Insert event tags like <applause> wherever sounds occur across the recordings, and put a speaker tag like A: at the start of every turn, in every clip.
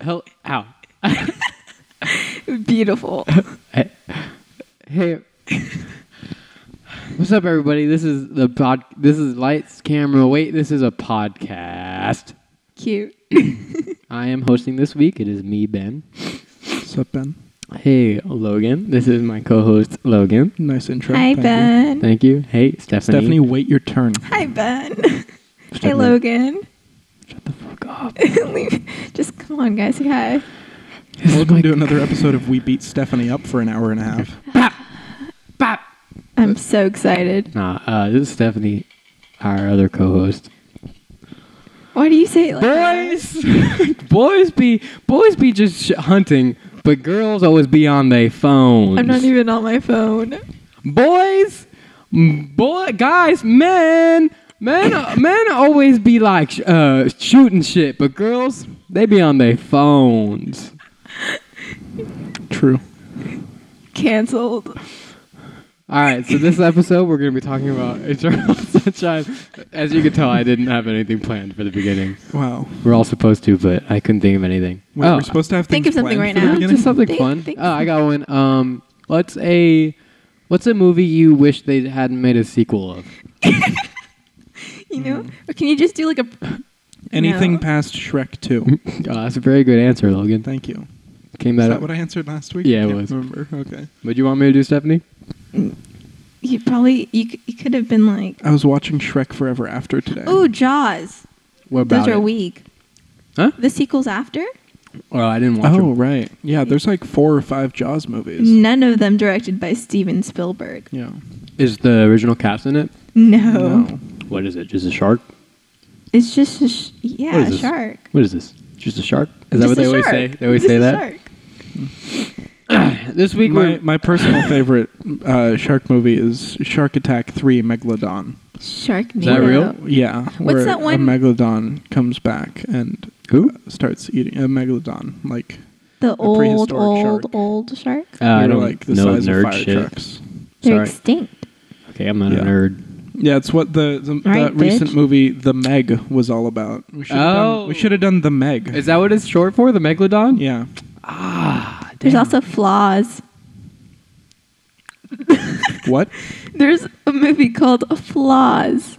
A: Hel- Ow. <laughs>
B: Beautiful.
A: Hey. What's up, everybody? This is the pod. This is lights, camera. Wait, this is a podcast.
B: Cute.
A: I am hosting this week. It is me, Ben.
C: What's up, Ben?
A: Hey, Logan. This is my co-host, Logan.
C: Nice intro.
B: Hi,
C: Thank you.
B: Ben.
A: Thank you. Hey, Stephanie.
C: Stephanie, wait
B: <laughs>
C: your turn. <laughs>
B: Hi, Ben. Hey,
A: Stephanie.
B: Logan. <laughs>
A: Shut the fuck up.
B: Leave- Just come on, guys. Say hi.
C: Welcome to another episode of We Beat Stephanie Up for an hour and a half.
B: <laughs>
A: Bop.
B: I'm so excited.
A: Nah, uh, this is Stephanie, our other co-host.
B: Why do you say it like
A: boys <laughs>
B: that?
A: boys be boys be just sh- hunting but girls always be on their phones
B: I'm not even on my phone.
A: boys m- boy guys men men men always be like sh- uh shooting shit but girls they be on their phones
C: True.
B: Cancelled.
A: all right so this episode we're going to be talking about <laughs> eternal sunshine as you can tell i didn't have anything planned for the beginning
C: Wow.
A: we're all supposed to but i couldn't think of anything
C: Wait,
A: oh,
C: we're supposed to have
B: Think
C: things
B: of something
C: planned
B: right
C: for the
B: now.
C: beginning?
A: Just something
B: Think-
A: fun.
B: think
A: oh, I got one. Um, what's a what's a movie you wish they hadn't made a sequel of?
B: You know?
A: Mm.
B: Or can you just do
A: <laughs>
B: like a.
C: Anything
B: No.
C: past Shrek 2.
A: Oh, that's a very good answer, Logan.
C: Thank you.
A: Came
C: Mm-hmm. Is
A: that,
C: that
A: up.
C: what I answered last week?
A: Yeah,
C: I
A: it
C: can't
A: was.
C: remember. Okay.
A: Would you want me to do, Stephanie?
B: You probably. You, c- you could have been like.
C: I was watching Shrek Forever After today.
B: Ooh, Jaws.
A: What about
B: Those are
A: it?
B: weak.
A: Huh?
B: The sequel's after?
A: Oh, I didn't watch
C: Oh,
A: it.
C: right. Yeah, there's like four or five Jaws movies.
B: None of them directed by Steven Spielberg.
C: Yeah.
A: Is the original cast in it?
B: No.
C: No.
A: What is it? Just a shark?
B: It's just a sh- yeah,
A: What is
B: a
A: this?
B: shark.
A: What is this? Just a shark? Is
B: Just
A: that what
B: a
A: they always say?
B: shark.
A: They always
B: Just
A: say
B: a
A: that.
B: shark.
A: This week,
C: My,
A: we're-
C: my personal favorite uh, shark movie is Shark Attack 3 Megalodon.
B: Sharknado.
A: that real?
C: Yeah. where
B: that
C: A
B: one-
C: megalodon comes back and
A: who?
C: starts eating a megalodon like
B: The old,
C: prehistoric
B: old,
C: shark.
B: old shark.
A: Uh,
C: they
A: I
C: were,
A: don't
C: like the
A: know
C: size
A: nerd
C: of fire
A: shit.
C: trucks.
B: They're
A: sorry.
B: extinct.
A: Okay, I'm not
C: Yeah.
A: a nerd.
C: Yeah, it's what the, the
B: Right,
C: that recent
B: bitch.
C: movie The Meg was all about. We should have
A: Oh.
C: done, we should have done The Meg.
A: Is that what it's short for? The megalodon?
C: yeah.
A: Ah,
B: There's
A: damn.
B: also Flaws.
C: What?
B: There's a movie called Flaws,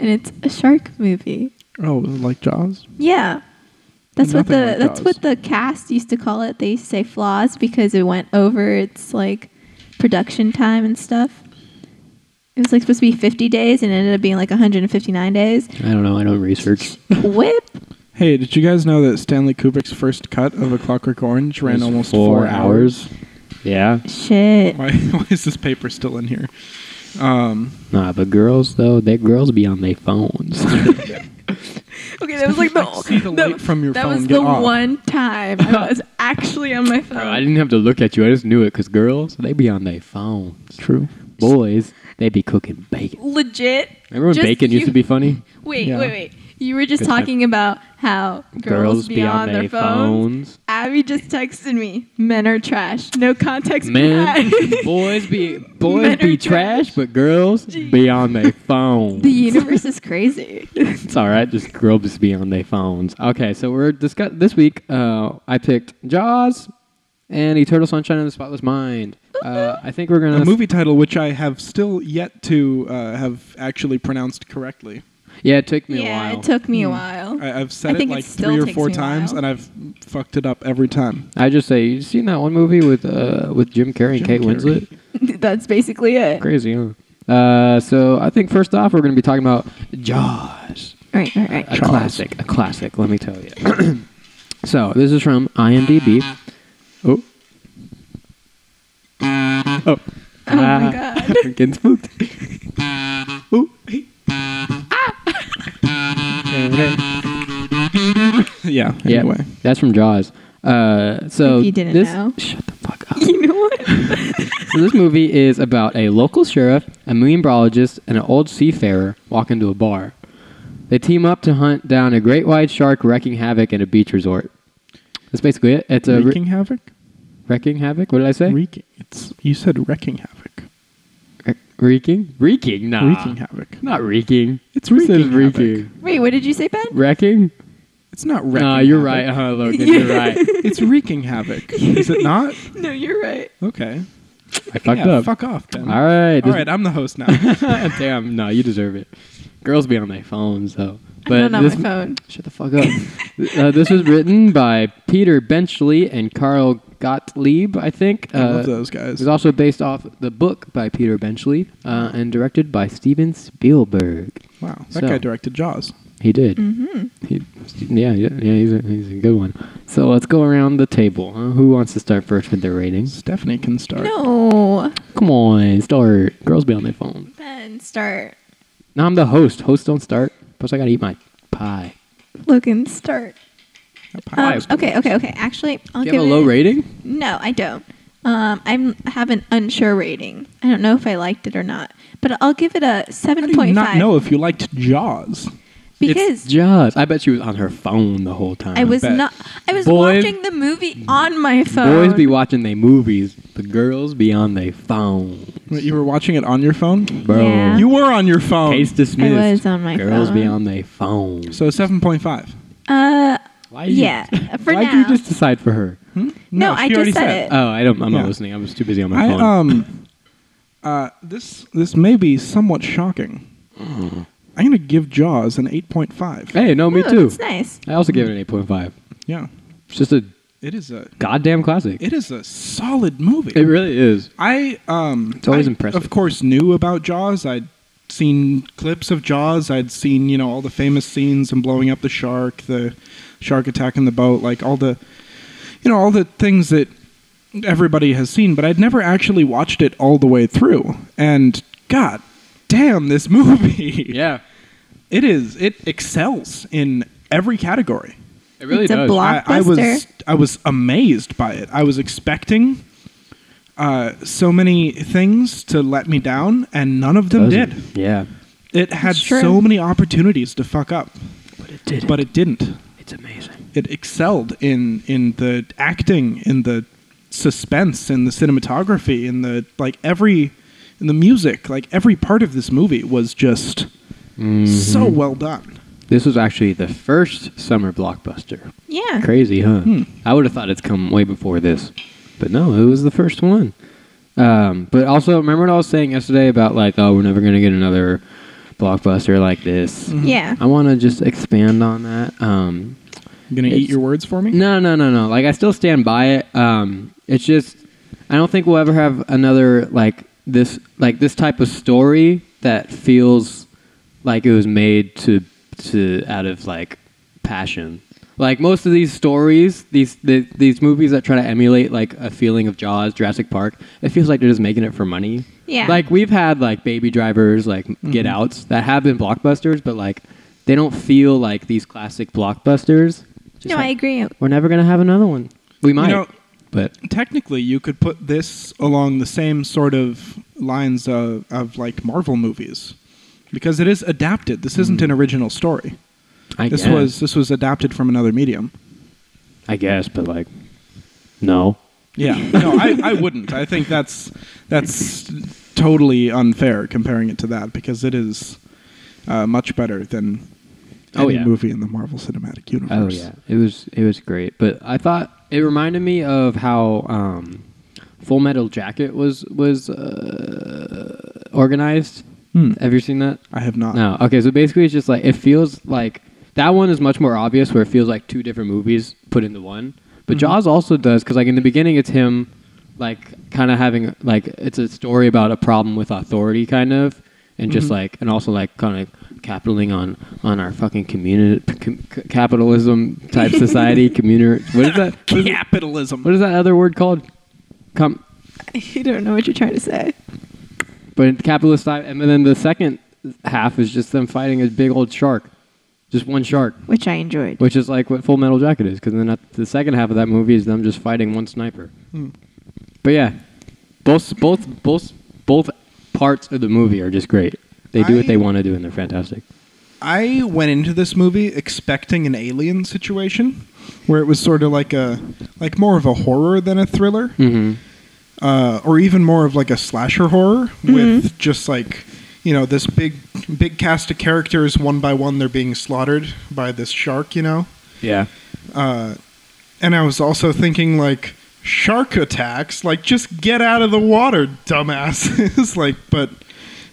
B: and it's a shark movie.
C: Oh, like Jaws?
B: Yeah, that's what
C: Nothing
B: the
C: like
B: that's
C: Jaws.
B: what the cast used to call it. They used to say Flaws because it went over its like production time and stuff. It was like supposed to be 50 days and it ended up being like
A: <laughs>
B: 159 days.
A: I don't know. I don't research.
B: Whip.
C: Hey, did you guys know that Stanley Kubrick's first cut of A Clockwork Orange ran
A: It's
C: almost
A: four, hours. Yeah.
B: Shit.
C: <laughs> Why, why is this paper still in here? Um,
A: Nah, but girls though, they girls be on their <laughs> phones.
B: Okay, that was like the,
C: See the light from your
B: that
C: phone,
B: was
C: get
B: the
C: off.
B: one time I was actually on my phone.
A: Bro, I didn't have to look at you. I just knew it because girls, they be on their phones.
C: true.
A: Boys, they be cooking bacon.
B: Legit.
A: Remember when
B: Just
A: bacon used
B: you-
A: to be funny?
B: Wait,
C: Yeah.
B: wait, wait. You were just
A: 'Cause I-
B: talking about how girls, be, on their, phones. Abby just texted me, "Men are trash. No context."
A: <laughs>
B: <laughs>
A: Men,
B: behind."
A: boys
B: <laughs>
A: be boys
B: Men
A: be
B: are
A: trash,
B: trash.
A: but girls be on their phones.
B: the universe is crazy.
A: It's all right. Just girls be on their phones. Okay, so we're discuss this week. Uh, I picked Jaws and Eternal Sunshine of the Spotless Mind. Uh, I think we're gonna
C: A movie title which I have still yet to uh, have actually pronounced correctly.
A: Yeah, it took me a
B: yeah,
A: while.
B: it took me a while. <laughs>
C: I,
B: I
C: I've said it
B: think it
C: like
B: still
C: three or
B: takes
C: four
B: me a
C: times,
B: while.
C: and I've fucked it up every time.
A: I just say, you seen that one movie with uh, with Jim Carrey and Kate
C: Jim Carrey.
A: Winslet?
B: That's basically it.
A: Crazy, huh? Uh, so I think first off, we're going to be talking about Jaws,
B: All right, all right,
A: a
B: all right.
C: Jaws.
A: classic, a classic. Let me tell you. <clears throat> so this is from IMDb. Oh, oh,
B: Oh my god. <laughs>
A: I'm getting <laughs> spooked. Oh.
C: <laughs> yeah.
A: Yeah,
C: Anyway.
A: that's from Jaws. Uh, so
B: If you didn't
A: this,
B: know.
A: shut the fuck up.
B: you know what?
A: So this movie is about a local sheriff, a marine biologist, and an old seafarer walk into a bar. They team up to hunt down a great white shark wreaking havoc at a beach resort. That's basically it. It's a Eh?
C: Wreaking havoc.
A: wrecking havoc. What did I say?
C: Wreaking. It's you said wrecking havoc.
A: Wreck- wreaking. Reeking. Nah.
C: Wreaking havoc.
A: Not reeking.
C: It's
A: Who says
C: wreaking havoc.
A: reeking?
B: Wait, what did you say, Ben?
A: Wrecking.
C: It's not wrecking.
A: No, you're right.
C: havoc.
A: <laughs> Uh, Logan, you're right.
C: It's wreaking
A: <laughs>
C: havoc. Is it not?
B: No, you're right.
C: Okay.
A: I fucked
C: yeah,
A: up.
C: Fuck off, Ben.
A: All right.
C: All
A: this-
C: right. I'm the
A: <laughs>
C: host now.
A: Damn, no, you deserve it. Girls be on their phones though.
B: I'm not on
A: this,
B: my phone.
A: Shut the fuck up. <laughs> uh, this was written by Peter Benchley and Carl Gottlieb, I think.
C: I love
A: Uh,
C: those
A: It
C: guys.
A: was also based off the book by Peter Benchley uh, and directed by Steven Spielberg.
C: Wow. That
A: So.
C: guy directed Jaws.
A: He did.
B: Mm-hmm.
A: He, yeah, yeah, yeah he's, a, he's a good one. So let's go around the table. Huh? Who wants to start first with their ratings?
C: Stephanie can start.
B: No,
A: Come on, start. Girls be on their phone.
B: Ben, start.
A: No, I'm the host. Hosts don't start. Plus, I gotta eat my pie.
B: Logan, start.
C: A pie
B: Um,
C: was-
B: okay, okay, okay. Actually,
A: Do
B: I'll give
A: you have a
B: it
A: low rating?
B: No, I don't. Um, I'm I have an unsure rating. I don't know if I liked it or not, but I'll give it a
C: How
B: seven
C: do you
B: point
C: not
B: five
C: know if you liked Jaws?
A: it's
B: because
A: just. I bet she was on her phone the whole time.
B: I was
C: bet.
B: not. I was
A: Boys-
B: watching the movie on my phone.
A: Boys be watching they movies. The girls be on they phone.
C: Wait, You were watching it on your phone?
A: Bro.
B: Yeah.
C: You were on your phone.
A: Case dismissed.
B: I was on my
A: Girls be
B: phone.
A: on they phone.
C: So 7.5.
B: uh,
A: Why
B: yeah. For
A: why'd
B: now,
A: you just decide for her?
B: No, I
C: she
B: just
C: already
B: said it.
A: Oh, I don't. I'm
C: Yeah.
A: not listening. I was too busy on my
C: I
A: phone.
C: um uh this this may be somewhat shocking. I'm gonna give Jaws an eight point five.
A: hey, no, me
B: Ooh,
A: too.
B: It's nice.
A: I also gave it an 8.5.
C: Yeah.
A: It's just a
C: It is a
A: goddamn classic. It,
C: it is a solid movie.
A: really is.
C: I um
A: It's always
C: I,
A: impressive.
C: Of course knew about Jaws. I'd seen clips of Jaws, I'd seen, you know, all the famous scenes and blowing up the shark, the shark attacking the boat, like all the you know, all the things that everybody has seen, but I'd never actually watched it all the way through. And god damn this <laughs> movie.
A: Yeah,
C: It is. It excels in every category.
A: it really
B: It's a
A: does.
B: block-
C: I, I was
B: Blockbuster.
C: I was amazed by it. I was expecting uh, so many things to let me down, and none of them did.
A: Yeah,
C: It had
B: It's true.
C: so many opportunities to fuck up,
A: but it did.
C: but it didn't.
A: it's amazing.
C: It excelled in in the acting, in the suspense, in the cinematography, in the like every in the music. Like every part of this movie was just so well done.
A: This was actually the first summer blockbuster.
B: Yeah.
A: Crazy, huh?
C: Hmm.
A: I would have thought it's come way before this, but no, it was the first one. Um, but also, remember what I was saying yesterday about like, oh, we're never gonna get another blockbuster like this.
C: Hmm.
B: Yeah.
A: I want to just expand on that. Um,
C: You gonna
A: It's-
C: eat your words for me?
A: no, no, no, no. Like I still stand by it. Um, it's just I don't think we'll ever have another like this like this type of story that feels like it was made to to out of like passion. Like most of these stories, these the, these movies that try to emulate like a feeling of Jaws, Jurassic Park, it feels like they're just making it for money.
B: Yeah.
A: Like we've had like Baby Drivers, like Get Outs that have been blockbusters, but like they don't feel like these classic blockbusters. Just
B: no,
A: like-
B: I agree. <laughs>
A: we're never gonna have another one. We might,
C: know-
A: but
C: technically you could put this along the same sort of lines of, of like Marvel movies because it is adapted. This isn't an original story.
A: Hmm. I
C: This
A: guess.
C: was this was adapted from another medium.
A: I guess, but like, no.
C: Yeah. <laughs> No, I, I wouldn't. I think that's that's totally unfair comparing it to that because it is uh, much better than
A: Oh,
C: any
A: yeah.
C: movie in the Marvel Cinematic Universe.
A: Oh yeah, it was it was great. But I thought it reminded me of how um, Full Metal Jacket was was uh, organized.
C: Hmm.
A: Have you seen that?
C: I have not.
A: No. Okay. So basically, it's just like it feels like that one is much more obvious, where it feels like two different movies put into one. But Jaws also does because, like, in the beginning, it's him, like, kind of having like it's a story about a problem with authority, kind of, and just like, and also like kind of capitalizing on on our fucking community com- c- capitalism type society community. What is that? What is,
C: Capitalism.
A: what is that other word called? Com-
B: I don't know what you're trying to say.
A: But in capitalist time, and then the second half is just them fighting a big old shark, just one shark,
B: Which I enjoyed.
A: which is like what Full Metal Jacket is. Because then at the second half of that movie is them just fighting one sniper.
C: Hmm.
A: But yeah, both both both both parts of the movie are just great. They do what
C: I-
A: they want to do, and they're fantastic.
C: I went into this movie expecting an alien situation where it was sort of like a like more of a horror than a thriller
A: Mm-hmm.
C: uh, or even more of like a slasher horror with just like you know this big big cast of characters one by one they're being slaughtered by this shark you know
D: Yeah.
C: Uh, and I was also thinking like shark attacks, like just get out of the water, dumbasses. <laughs> like, but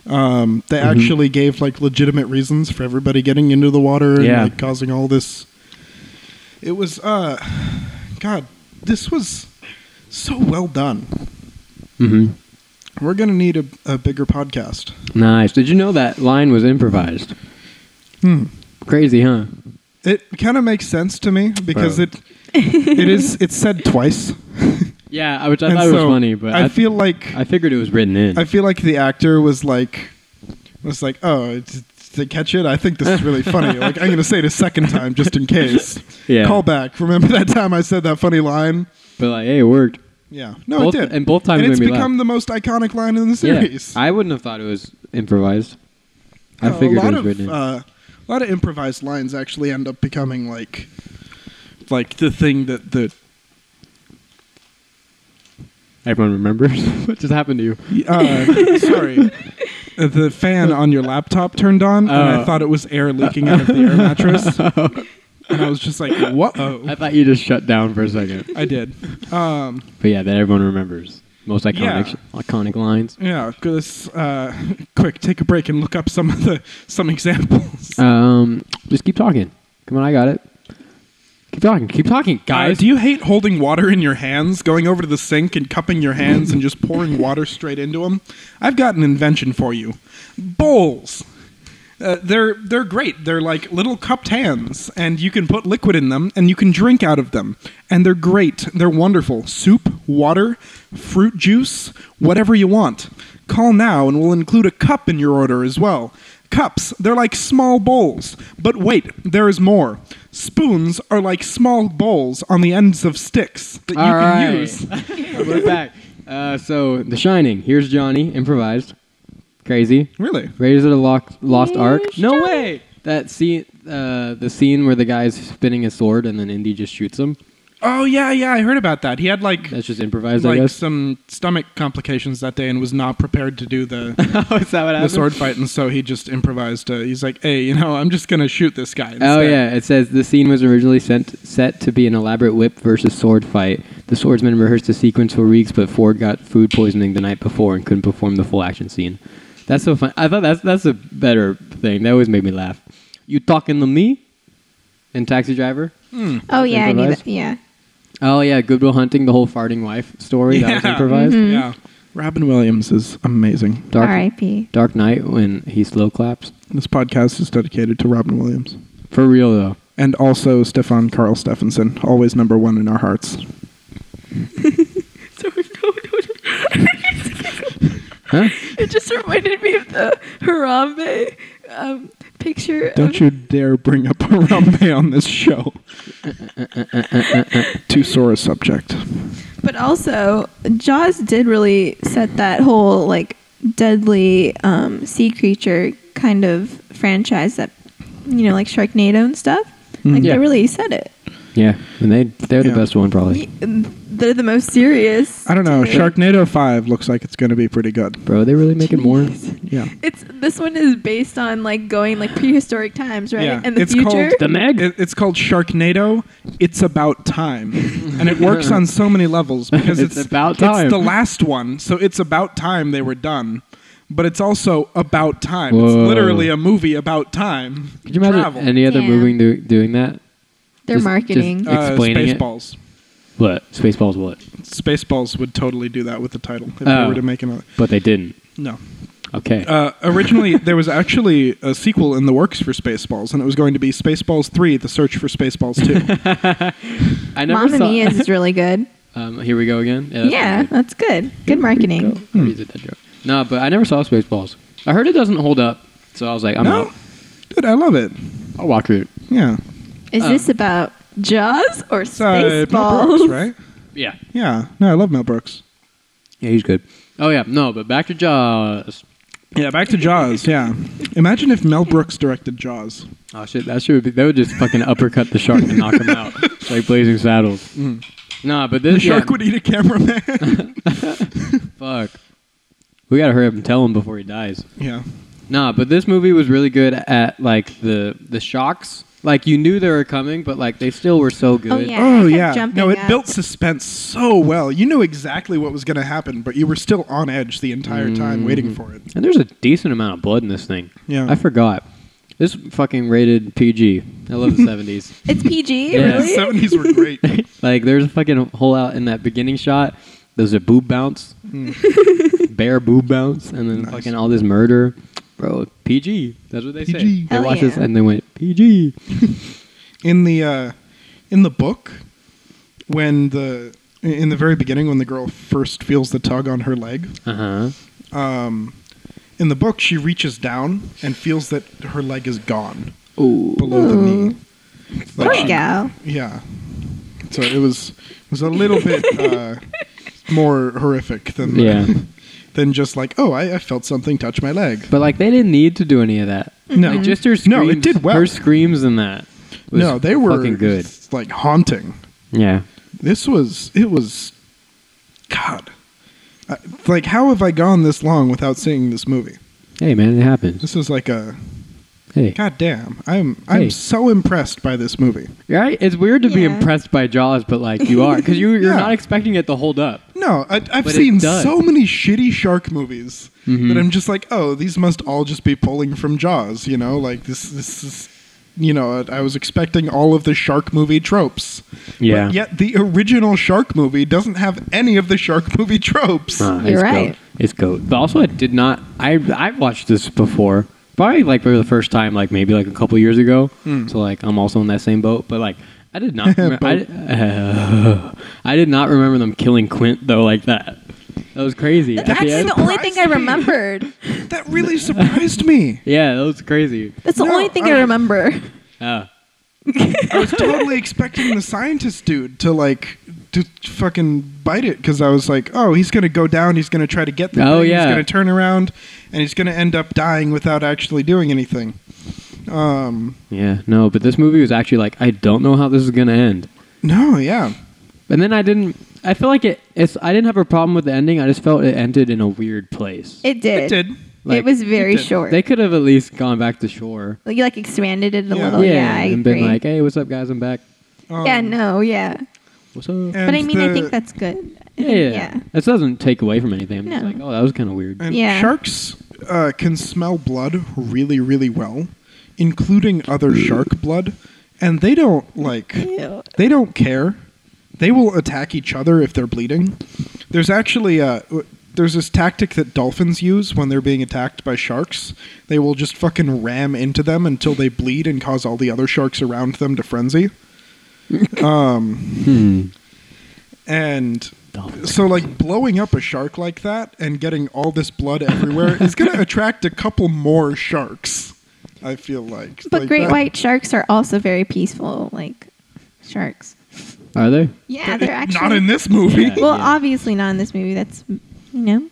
C: um, they actually gave like legitimate reasons for everybody getting into the water and
D: Yeah.
C: like causing all this. It was, uh, God, this was so well done.
A: Mm-hmm.
C: We're gonna need a, a bigger podcast.
A: Nice. Did you know that line was improvised?
C: Hmm.
A: Crazy, huh?
C: It kind of makes sense to me because
A: Bro.
C: it it is it's said twice.
A: Yeah, which I
C: And
A: thought it was
C: so
A: funny, but
C: I,
A: I,
C: feel like
A: I figured it was written in.
C: I feel like the actor was like, was like, oh, t- to catch it, I think this is
A: <laughs>
C: really funny. Like, I'm gonna say it a second time just in case.
A: Yeah.
C: Call back. Remember that time I said that funny line?
A: but like, hey, it worked.
C: Yeah. No,
A: Both-
C: it did.
A: and both times
C: And it's
A: made me laugh.
C: become the most iconic line in the series.
A: Yeah, I wouldn't have thought it was improvised. I
C: Uh,
A: figured
C: a lot
A: it was
C: of
A: written in.
C: uh, a lot of improvised lines actually end up becoming like, like the thing that the
A: Everyone remembers <laughs> what just happened to you. <laughs>
C: uh, sorry. Uh, The fan on your laptop turned on, and
A: Oh.
C: I thought it was air leaking out of the
A: <laughs>
C: air mattress. and I was just like, "What?"
A: I thought you just shut down for a second.
C: I did. Um,
A: But yeah, that everyone remembers. Most iconic, iconic lines.
C: yeah, because uh, quick, take a break and look up some of the some examples.
A: Um, just keep talking. Come on, I got it. Keep talking. Keep talking,
C: Uh,
A: guys.
C: do you hate holding water in your hands, going over to the sink and cupping your hands and just pouring water straight into them? I've got an invention for you. Bowls. Uh, they're they're great. They're like little cupped hands, and you can put liquid in them, and you can drink out of them, and they're great. They're wonderful. Soup, water, fruit juice, whatever you want. Call now, and we'll include a cup in your order as well. Cups, they're like small bowls. But wait, there is more. Spoons are like small bowls on the ends of sticks that you
A: All
C: can
A: right.
C: use.
A: <laughs> We're back. Uh, so, The Shining. Here's Johnny, improvised. Crazy.
C: Really?
A: Raiders of the Lost, Lost Ark.
B: Here's
A: No
B: Johnny.
A: way. That scene, uh, the scene where the guy's spinning his sword and then Indy just shoots
C: <laughs>
A: him.
C: Oh yeah, yeah, I heard about that. He had like
A: That's just improvised, I
C: like
A: guess.
C: some stomach complications that day and was not prepared to do the
A: oh, is that <laughs> what
C: the
A: happened?
C: sword fight, and so he just improvised. Uh, he's like, "Hey, you know, I'm just gonna shoot this guy." Instead.
A: Oh yeah, it says the scene was originally sent, set to be an elaborate whip versus sword fight. The swordsman rehearsed the sequence for weeks, but Ford got food poisoning the night before and couldn't perform the full action scene. That's so fun. I thought that's that's a better thing. That always made me laugh. You talking to me? And Taxi Driver.
B: Oh yeah, I knew
A: Improvise?
B: that. Yeah.
A: Oh yeah, Goodwill Hunting, the whole farting wife story that was
C: Yeah.
A: improvised.
C: yeah. Robin Williams is amazing.
A: Dark
B: R.I.P.
A: Dark Knight when he slow claps.
C: This podcast is dedicated to Robin Williams
A: For real though.
C: and also Stefan Carl Stephenson, always number one in our hearts.
A: Huh?
B: It just reminded me of the Harambe um, picture.
C: Don't you dare bring up <laughs> Harambe on
A: <laughs>
C: this show. Too sore a subject.
B: But also, Jaws did really set that whole like deadly um, sea creature kind of franchise that you know, like Sharknado and stuff.
C: Mm,
B: Like
A: Yeah.
B: they really said it.
A: Yeah. And they they're
C: Yeah.
A: the best one probably.
B: Y- They're the most serious.
C: I don't know.
B: too.
C: Sharknado 5 looks like it's going to be pretty good.
A: Bro, they really make it more
C: Yeah.
B: It's this one is based on like going like prehistoric times, right?
C: Yeah,
B: And the
C: it's
B: future.
C: called
A: The Meg?
C: It, it's called Sharknado. It's about time, and it works on so many <laughs> levels because
A: It's
C: it's,
A: about time.
C: It's the last one, so it's about time they were done. But it's also about time. It's
A: Whoa.
C: literally a movie about time.
A: Could you imagine
C: Travel.
A: any other
B: Damn.
A: movie do, doing that?
B: Their
A: Just-
B: marketing.
A: just- explaining it?
C: Uh, Spaceballs.
A: What? Spaceballs what?
C: Spaceballs would totally do that with the title if they
A: Oh.
C: were to make another.
A: But they didn't.
C: No.
A: Okay.
C: Uh, <laughs> originally, there was actually a sequel in the works for Spaceballs, and it was going to be Spaceballs 3 The Search for Spaceballs 2.
A: I never
B: Mamma
A: saw.
B: Mia's is really
C: <laughs>
B: good.
A: um, here we go again.
B: yeah, that's good. Good marketing.
A: No, but I never saw Spaceballs. I heard it doesn't hold up, so I was like, I'm
C: no?
A: out.
C: Dude, I love it.
A: I'll watch it.
C: Yeah.
B: Is
A: Uh,
B: this about Jaws or
C: Um, It's, uh, Mel
B: Spaceballs?
C: Brooks, right?
A: Yeah.
C: Yeah. No, I love Mel Brooks.
A: Yeah, he's good. Oh yeah. No, but back to Jaws.
C: Yeah, back to Jaws. <laughs> Yeah. Imagine if Mel Brooks directed Jaws.
A: Oh shit, that should be. They would just fucking uppercut the shark and knock him <laughs> out like Blazing Saddles. Nah, but this
C: The shark
A: yeah,
C: would eat a cameraman.
A: fuck. We gotta hurry up and tell him before he dies.
C: <laughs> yeah.
A: Nah, but this movie was really good at like the the shocks Like you knew they were coming, but like they still were so good.
B: Oh, yeah. I
C: oh
B: kept
C: yeah,
B: jumping
C: no, it
B: up.
C: built suspense so well. You knew exactly what was going to happen, but you were still on edge the entire time waiting for it.
A: And there's a decent amount of blood in this thing.
C: Yeah.
A: I forgot. This fucking rated PG. I love <laughs> the 70s.
B: <laughs> It's PG,
A: Yeah.
C: The
B: really?
C: seventies were great. <laughs>
A: Like there's a fucking hole out in that beginning shot. There's a boob bounce, <laughs> bare boob bounce, and then
C: Hmm. Nice.
A: fucking all this murder, bro. PG. That's what they
C: PG.
A: say. They
B: Hell
A: watched this
B: yeah.
A: and they went PG.
C: in the uh, in the book when the in the very beginning when the girl first feels the tug on her leg
A: Uh huh.
C: in the book she reaches down and feels that her leg is gone
A: Ooh.
C: below the knee
B: Poor
C: she-
B: gal.
C: yeah so it was it was a little bit uh, more horrific than the-
A: Yeah.
C: <laughs> than just like oh I, I felt something touch my leg
A: But like they didn't need to do any of that.
C: No.
A: Like, just her screams.
C: Mm-hmm. No, it did well.
A: Her screams in that. was
C: no they were
A: fucking good.
C: like haunting
A: Yeah.
C: this was it was god I, like how have i gone this long without seeing this movie
A: Hey man, it happens.
C: this is like a
A: Hey.
C: god damn i'm i'm
A: Hey.
C: so impressed by this movie
A: Right? It's weird to be
B: Yeah.
A: impressed by Jaws, but like you are, because you, you're
C: Yeah.
A: not expecting it to hold up.
C: no I, i've
A: But it
C: seen
A: does. Mm-hmm.
C: so many shitty shark movies that i'm just like oh these must all just be pulling from jaws you know like this this is you know i was expecting all of the shark movie tropes
A: Yeah.
C: but yet the original shark movie doesn't have any of the shark movie tropes
A: Ah,
B: You're
A: it's
B: right.
A: Goat. It's goat. But also, it did not. I I've watched this before, probably like for the first time, like maybe like a couple years ago. So like I'm also in that same boat. But like I did not. Rem- I, <laughs> I did not remember them killing Quint though like that. That was crazy. At the
B: That's
A: end-
B: the only thing I
C: surprised me.
B: remembered.
C: that really surprised me
A: yeah, that was crazy.
B: That's the
C: No, um,
B: only thing I,
C: I-
B: remember.
C: <laughs>
A: Ah.
C: I was <laughs> totally expecting the scientist dude to like to fucking bite it because I was like, oh, he's gonna go down. He's gonna try to get the.
A: Oh,
C: thing,
A: yeah.
C: He's gonna turn around, and he's gonna end up dying without actually doing anything. Um.
A: yeah, no. But this movie was actually like I don't know how this is gonna end.
C: No. Yeah.
A: And then I didn't. I feel like it. It's. I didn't have a problem with the ending. I just felt it ended in a weird place.
B: It did.
C: It did.
A: Like,
B: it was very
C: it did.
B: short.
A: They could have at least gone back to shore.
B: Like, you like expanded it a
C: Yeah.
B: little. Oh, Yeah, I
A: and
B: agree.
A: been like, "Hey, what's up, guys? I'm back.
C: Um,
B: yeah, no, yeah.
A: What's up?"
C: and
B: But I mean, I
C: the-
B: think that's good. I
A: yeah,
B: think-
A: yeah. That doesn't take away from anything. I'm just
B: No.
A: like, "Oh, that was kind of weird."
C: And
B: Yeah.
C: sharks uh, can smell blood really, really well, including other shark blood, and they don't like.
B: Ew.
C: They don't care. They will attack each other if they're bleeding. There's actually a there's this tactic that dolphins use when they're being attacked by sharks. They will just fucking ram into them until they bleed and cause all the other sharks around them to
A: <laughs>
C: frenzy. Um,
A: Hmm.
C: And
A: Dolphins.
C: so like blowing up a shark like that and getting all this blood everywhere
A: <laughs>
C: is going to attract a couple more sharks. I feel like.
B: But
C: Like
B: great
C: that-
B: white sharks are also very peaceful, like sharks.
A: Are they?
B: Yeah, they're actually
C: not in this movie.
A: Yeah.
B: Well, obviously not in this movie. That's you know,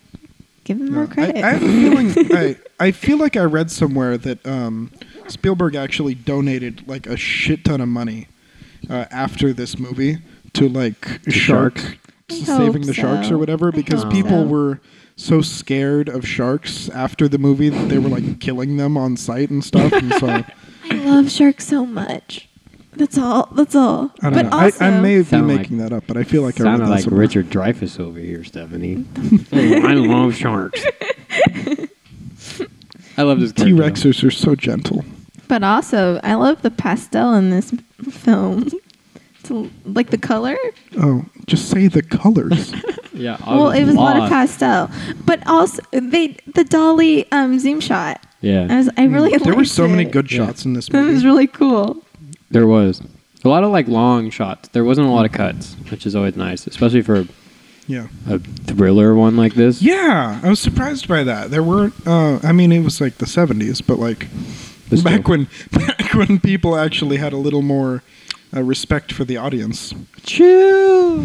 B: give them more
C: I-
B: credit.
C: I, <laughs>
B: <laughs>
C: have a feeling. I, I feel like I read somewhere that um, Spielberg actually donated like a shit ton of money uh, after this movie to like sharks,
A: sharks.
B: I
C: s-
B: hope
C: saving the sharks
B: so.
C: or whatever
B: I
C: because
B: hope
C: people
B: so.
C: were so scared of sharks after the movie that they were like killing them on site and stuff.
A: <laughs>
C: And so I
B: I love sharks so much. That's all. That's all.
C: don't
B: but
C: know.
B: also,
C: I, I may be
A: Sound like-
C: making that up, but I feel like I read
A: Sounded
C: that
A: like
C: somewhere.
A: Richard Dreyfuss over here,
B: <laughs>
A: Stephanie. Oh, I love sharks. I love this
C: T
A: character, though.
C: Rexers are so gentle.
B: but also, I love the pastel in this film. It's l- like the color.
C: Oh, just say the colors.
A: Yeah. I
B: well, it was a lot of
A: lost.
B: pastel, but also they the dolly um, zoom shot. I
A: Yeah,
B: was <laughs> I really
C: there were
B: liked
C: so many
B: it.
C: good
A: Yeah.
C: shots in this
B: That
C: movie.
B: was really cool.
A: there was a lot of like long shots. There wasn't a lot of cuts, which is always nice, especially for
C: yeah.
A: a thriller one like this.
C: Yeah, I was surprised by that. There weren't. Uh, I mean, it was like the seventies, but like
A: But
C: back
A: still.
C: when <laughs> back when people actually had a little more uh, respect for the audience.
A: Chill.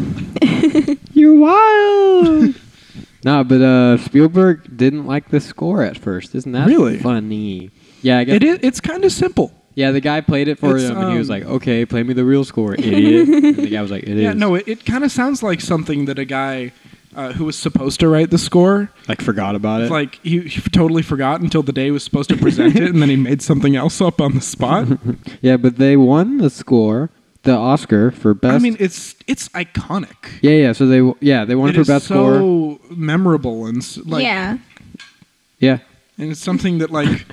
A: You're wild. <laughs> nah, but uh, Spielberg didn't like the score at first. Isn't that
C: Really?
A: funny? Yeah, I guess.
C: is. It's kind of simple.
A: Yeah, the guy played it for
C: It's,
A: him, and he was
C: um,
A: like, "Okay, <laughs> play me the real score, idiot." and the guy was like, "It is."
C: Yeah, no, it, it kind of sounds like something that a guy uh, who was supposed to write the score.
A: Like forgot about it.
C: Like he, he totally forgot until the day he was supposed to present it,
A: <laughs>
C: and then he made something else up on the spot.
A: yeah, but they won the score, the Oscar for best.
C: I mean, it's it's iconic.
A: yeah, yeah. So they yeah they won
C: It
A: for
C: is
A: best score.
C: so memorable and s- like
B: yeah.
A: Yeah,
C: and it's something that like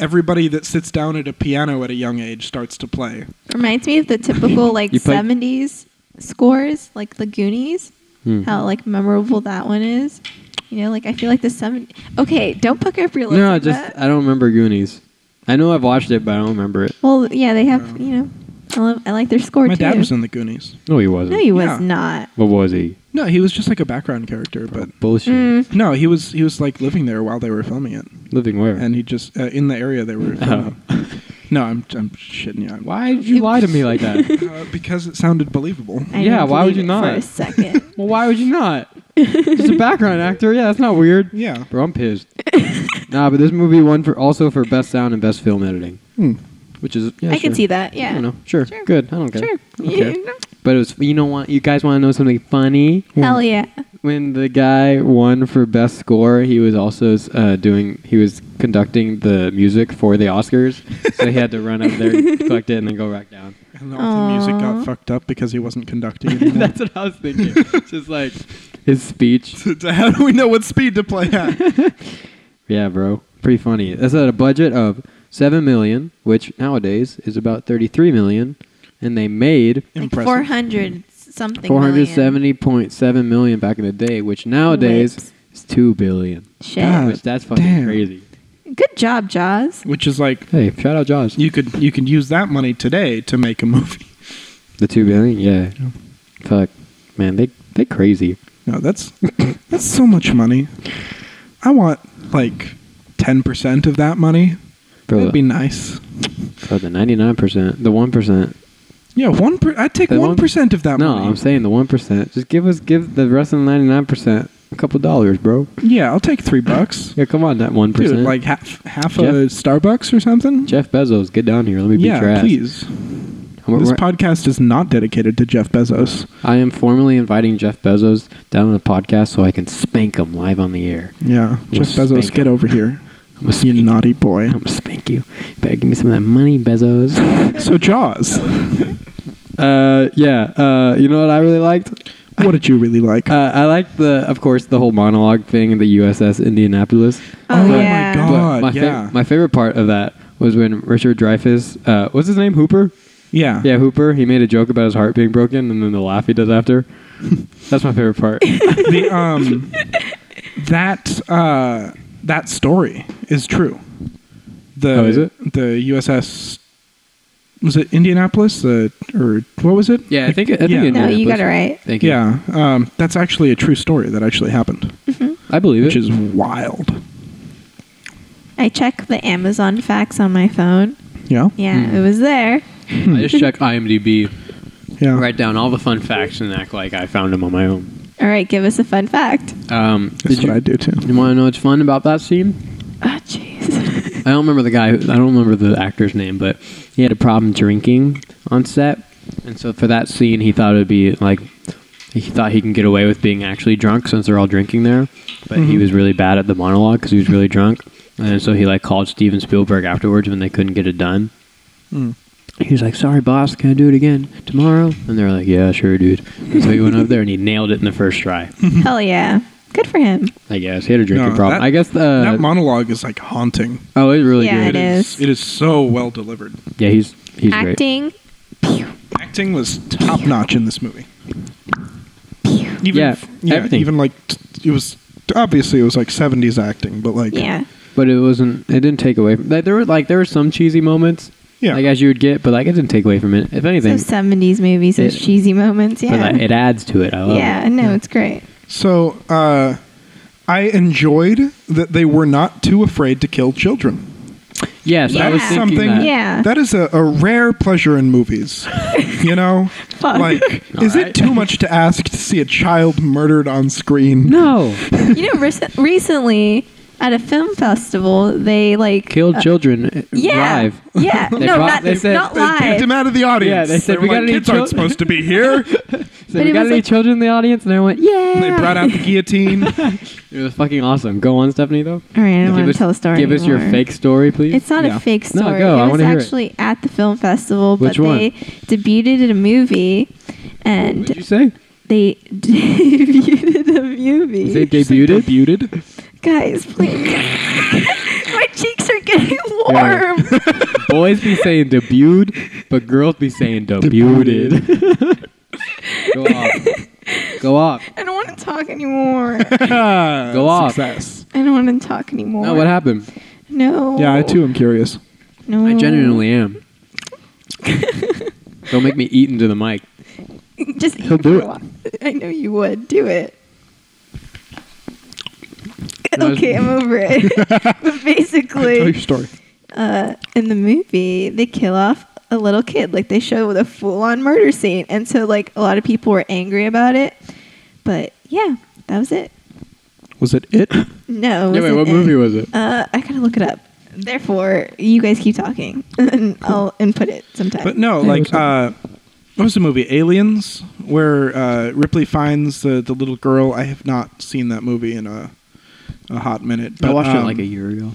C: everybody that sits down at a piano at a young age starts to play.
B: Reminds me of the
A: <laughs>
B: typical like
A: You play-
B: 70s scores, like the Goonies.
A: Hmm.
B: How like memorable that one is. You know, like I feel like the 70s. Okay, don't pucker up your lips.
A: No,
B: like
A: just
B: that.
A: I don't remember Goonies. I know I've watched it, but I don't remember it.
B: Well, yeah, they have,
C: No.
B: you know, I, love, I like their score
C: My
B: too.
C: dad was in the Goonies.
A: No, he wasn't.
B: no, he was
C: Yeah.
B: not.
A: what was he?
C: No, he was just like a background character, but
A: Bullshit.
B: Mm.
C: no, he was he was like living there while they were filming it,
A: Living where?
C: and he just uh, in the area they were filming. No, I'm I'm shitting you. Why?
A: Oh. why did you lie to me like that?
C: <laughs> Uh, because it sounded believable.
B: I
A: Yeah,
B: didn't
A: why would
B: believe
A: you
B: it
A: not? <laughs>
B: For a second.
A: well, why would you not? He's a background actor. Yeah, that's not weird.
C: Yeah.
A: Bro, I'm pissed. nah, but this movie won for also for best sound and best film editing,
C: Hmm.
A: which is yeah,
B: I can
A: sure.
B: see that.
A: I
B: Yeah.
A: don't know. Sure.
B: Sure.
A: Good. I don't care.
B: Sure.
A: I don't
B: <laughs>
A: care. But it was you know what you guys want to know something funny?
B: Hell yeah.
A: when the guy won for best score, he was also uh, doing he was conducting the music for the Oscars, so he had to run up there, collect it, and then go back down.
C: And all the music
B: Aw.
C: got fucked up because he
A: <laughs>
C: wasn't conducting anymore. <laughs>
A: That's what I was thinking. Just like his speech.
C: How do we know what speed to play at?
A: Yeah, bro, pretty funny. That's at a budget of seven million, which nowadays is about thirty-three million, and they made
B: Like
C: Impressive.
B: 400 something.
A: four hundred
B: million.
A: seventy point seven million back in the day, which nowadays
B: Whips.
A: is two billion.
B: Shit.
C: God.
A: Which that's fucking
C: Damn.
A: crazy.
B: Good job, Jaws.
C: Which is like
A: Hey, shout out Jaws.
C: you could you could use that money today to make a movie.
A: The two billion, yeah. Fuck, man, they they crazy.
C: No, that's that's so much money. I want like ten percent of that money.
A: Bro,
C: That'd be nice.
A: bro, the ninety nine percent, the one percent.
C: Yeah, one. Per- I'd take
A: The one-
C: one percent of that
A: No,
C: money.
A: I'm saying the one percent. Just give us, give the rest of the ninety nine percent a couple dollars, bro.
C: Yeah, I'll take three bucks.
A: Yeah, come on, that one
C: Dude,
A: percent.
C: like half half a Starbucks or something.
A: Jeff Bezos, get down here. Let me beat your
C: yeah,
A: ass.
C: please.
A: We're-
C: this
A: we're-
C: podcast is not dedicated to Jeff Bezos.
A: I am formally inviting Jeff Bezos down on the podcast so I can spank him live on the air.
C: Yeah,
A: We'll
C: Jeff Bezos,
A: spank
C: get
A: him.
C: over here,
A: I'm gonna
C: you
A: spank-
C: naughty
A: <laughs>
C: boy.
A: I'm gonna spank you. Better give me some of that money, Bezos.
C: So Jaws,
A: uh, yeah. Uh, you know what I really liked?
C: what did you really like?
A: Uh, I like the, of course, the whole monologue thing in the USS Indianapolis.
B: Oh,
A: But-
B: yeah.
C: my
A: but
C: god!
A: my, fa-
C: yeah,
A: my favorite part of that was when Richard Dreyfuss, uh, what's his name? Hooper.
C: yeah,
A: Yeah, Hooper. He made a joke about his heart being broken, and then the laugh he does
C: <laughs>
A: after. That's my favorite part.
C: the um that uh that story is true. The
A: Oh, is it?
C: the USS was it Indianapolis uh, or what was it?
A: yeah, I think. I think
C: Yeah.
A: it
B: No, you
A: Indianapolis.
B: got it right.
A: Thank you.
C: Yeah, um, that's actually a true story that actually happened,
A: I believe
C: which
A: it.
C: is wild.
B: I check the Amazon facts on my phone.
C: Yeah,
B: Yeah,
A: Hmm.
B: it was there.
A: I just check IMDb,
C: yeah.
A: write down all the fun facts, and act like I found them on my own.
B: All right, give us a fun
A: <laughs>
B: fact.
A: Um,
C: That's
A: did you,
C: what I do too.
A: you want to know what's fun about that scene?
B: Oh, jeez.
A: I don't remember the guy. who- I don't remember the actor's name, but he had a problem drinking on set, and so for that scene, he thought it'd be like he thought he can get away with being actually drunk since they're all drinking there, but he
C: Mhm.
A: was really bad at the monologue because he was really drunk, and so he like called Steven Spielberg afterwards when they couldn't get it done.
C: Mm.
A: He was like, "Sorry, boss, can I do it again tomorrow?" And they're like, "Yeah, sure, dude." And so he went up there and he nailed it in the first try.
B: Hell yeah. Good for him.
A: I guess he had a drinking
C: No,
A: problem.
C: that-
A: I guess the
C: that monologue is like haunting.
A: oh, it's really
B: Yeah,
A: good.
B: it is.
C: It is so well delivered.
A: Yeah, he's he's great.
B: Acting. Pew,
C: Acting was top notch in this movie.
B: pew.
C: Even
A: Yeah,
C: if- yeah,
A: everything.
C: Even like t- it was obviously it was like seventies acting, but like
B: Yeah.
A: But it wasn't. It didn't take away from. Like, there were like there were some cheesy moments.
C: Yeah.
A: Like as you would get, but like it didn't take away from it. If
B: So
A: anything,
B: 70s movies, those
A: It-
B: cheesy moments.
A: but
B: Yeah.
A: like, it adds to it. I love
B: yeah,
A: it.
B: no, it's great.
C: So uh, I enjoyed that they were not too afraid to kill children.
A: Yes, I
B: That
A: was
B: is
A: thinking
C: something-
A: that.
B: Yeah.
C: That is a, a rare pleasure in movies.
B: <laughs>
C: You know,
B: Fuck.
C: like is
A: right.
C: it too much to ask to see a child murdered on
B: <laughs>
C: screen?
A: No,
B: you know, rec- recently at a film festival, they like
A: killed children uh,
B: yeah,
A: live.
B: Yeah,
A: They <laughs>
B: no,
A: brought-
B: not,
A: they said-
B: not
C: They kicked him
B: live.
C: out of the audience.
A: Yeah, they said,
C: were
A: "We got
C: like,
A: any
C: kids aren't
A: <laughs> children?"
C: supposed to be here.
A: So
B: But
A: we
B: it
A: got
B: was
A: any
B: like-
A: children in the audience? And I went, yeah.
C: They brought out the guillotine.
A: It was fucking awesome. Go on, Stephanie, though.
B: All right, I don't
A: Give
B: want to
A: us-
B: tell a story.
A: Give us your
B: anymore.
A: fake story, please.
B: It's not
C: Yeah.
B: a fake
A: No,
B: story.
A: go. I
B: It was
A: wanna hear it.
B: actually at the film festival,
A: Which
B: but
A: one?
B: they debuted in a movie, and
A: What'd you say?
B: they <laughs> debuted a movie.
A: They
B: <laughs>
A: debuted.
C: Debuted.
B: Guys, please. <laughs> My cheeks are getting
A: Yeah.
B: warm.
C: <laughs>
A: Boys be saying debuted, but girls be saying debuted. <laughs> Go off. Go off.
B: I don't want to talk anymore.
C: <laughs> Go
A: off.
C: Success.
B: I don't want to talk anymore.
A: No, what happened?
B: No.
C: Yeah, I too am curious.
B: No.
A: I genuinely am. Don't make me eat into the mic.
B: Just
C: He'll
B: eat
C: do
B: for
C: it.
B: a while. I know you would. Do it.
A: No, it's-
B: okay, I'm over
C: <laughs>
B: it. but
C: Tell your
B: basically,
C: story.
B: uh, in the movie, they kill off a little kid. Like they show the full-on murder scene, and so like a lot of people were angry about it. But yeah, that was it.
C: Was it it?
B: No. it
A: Yeah, wait,
B: wasn't
A: what
B: it.
A: movie was it?
B: Uh, I gotta look it up. Therefore, you guys keep talking, <laughs> and I'll input it sometime.
C: But no, like uh, what was the movie Aliens, where uh, Ripley finds the the little girl. I have not seen that movie in a a hot minute. But,
A: I watched it
C: um,
A: like a year ago.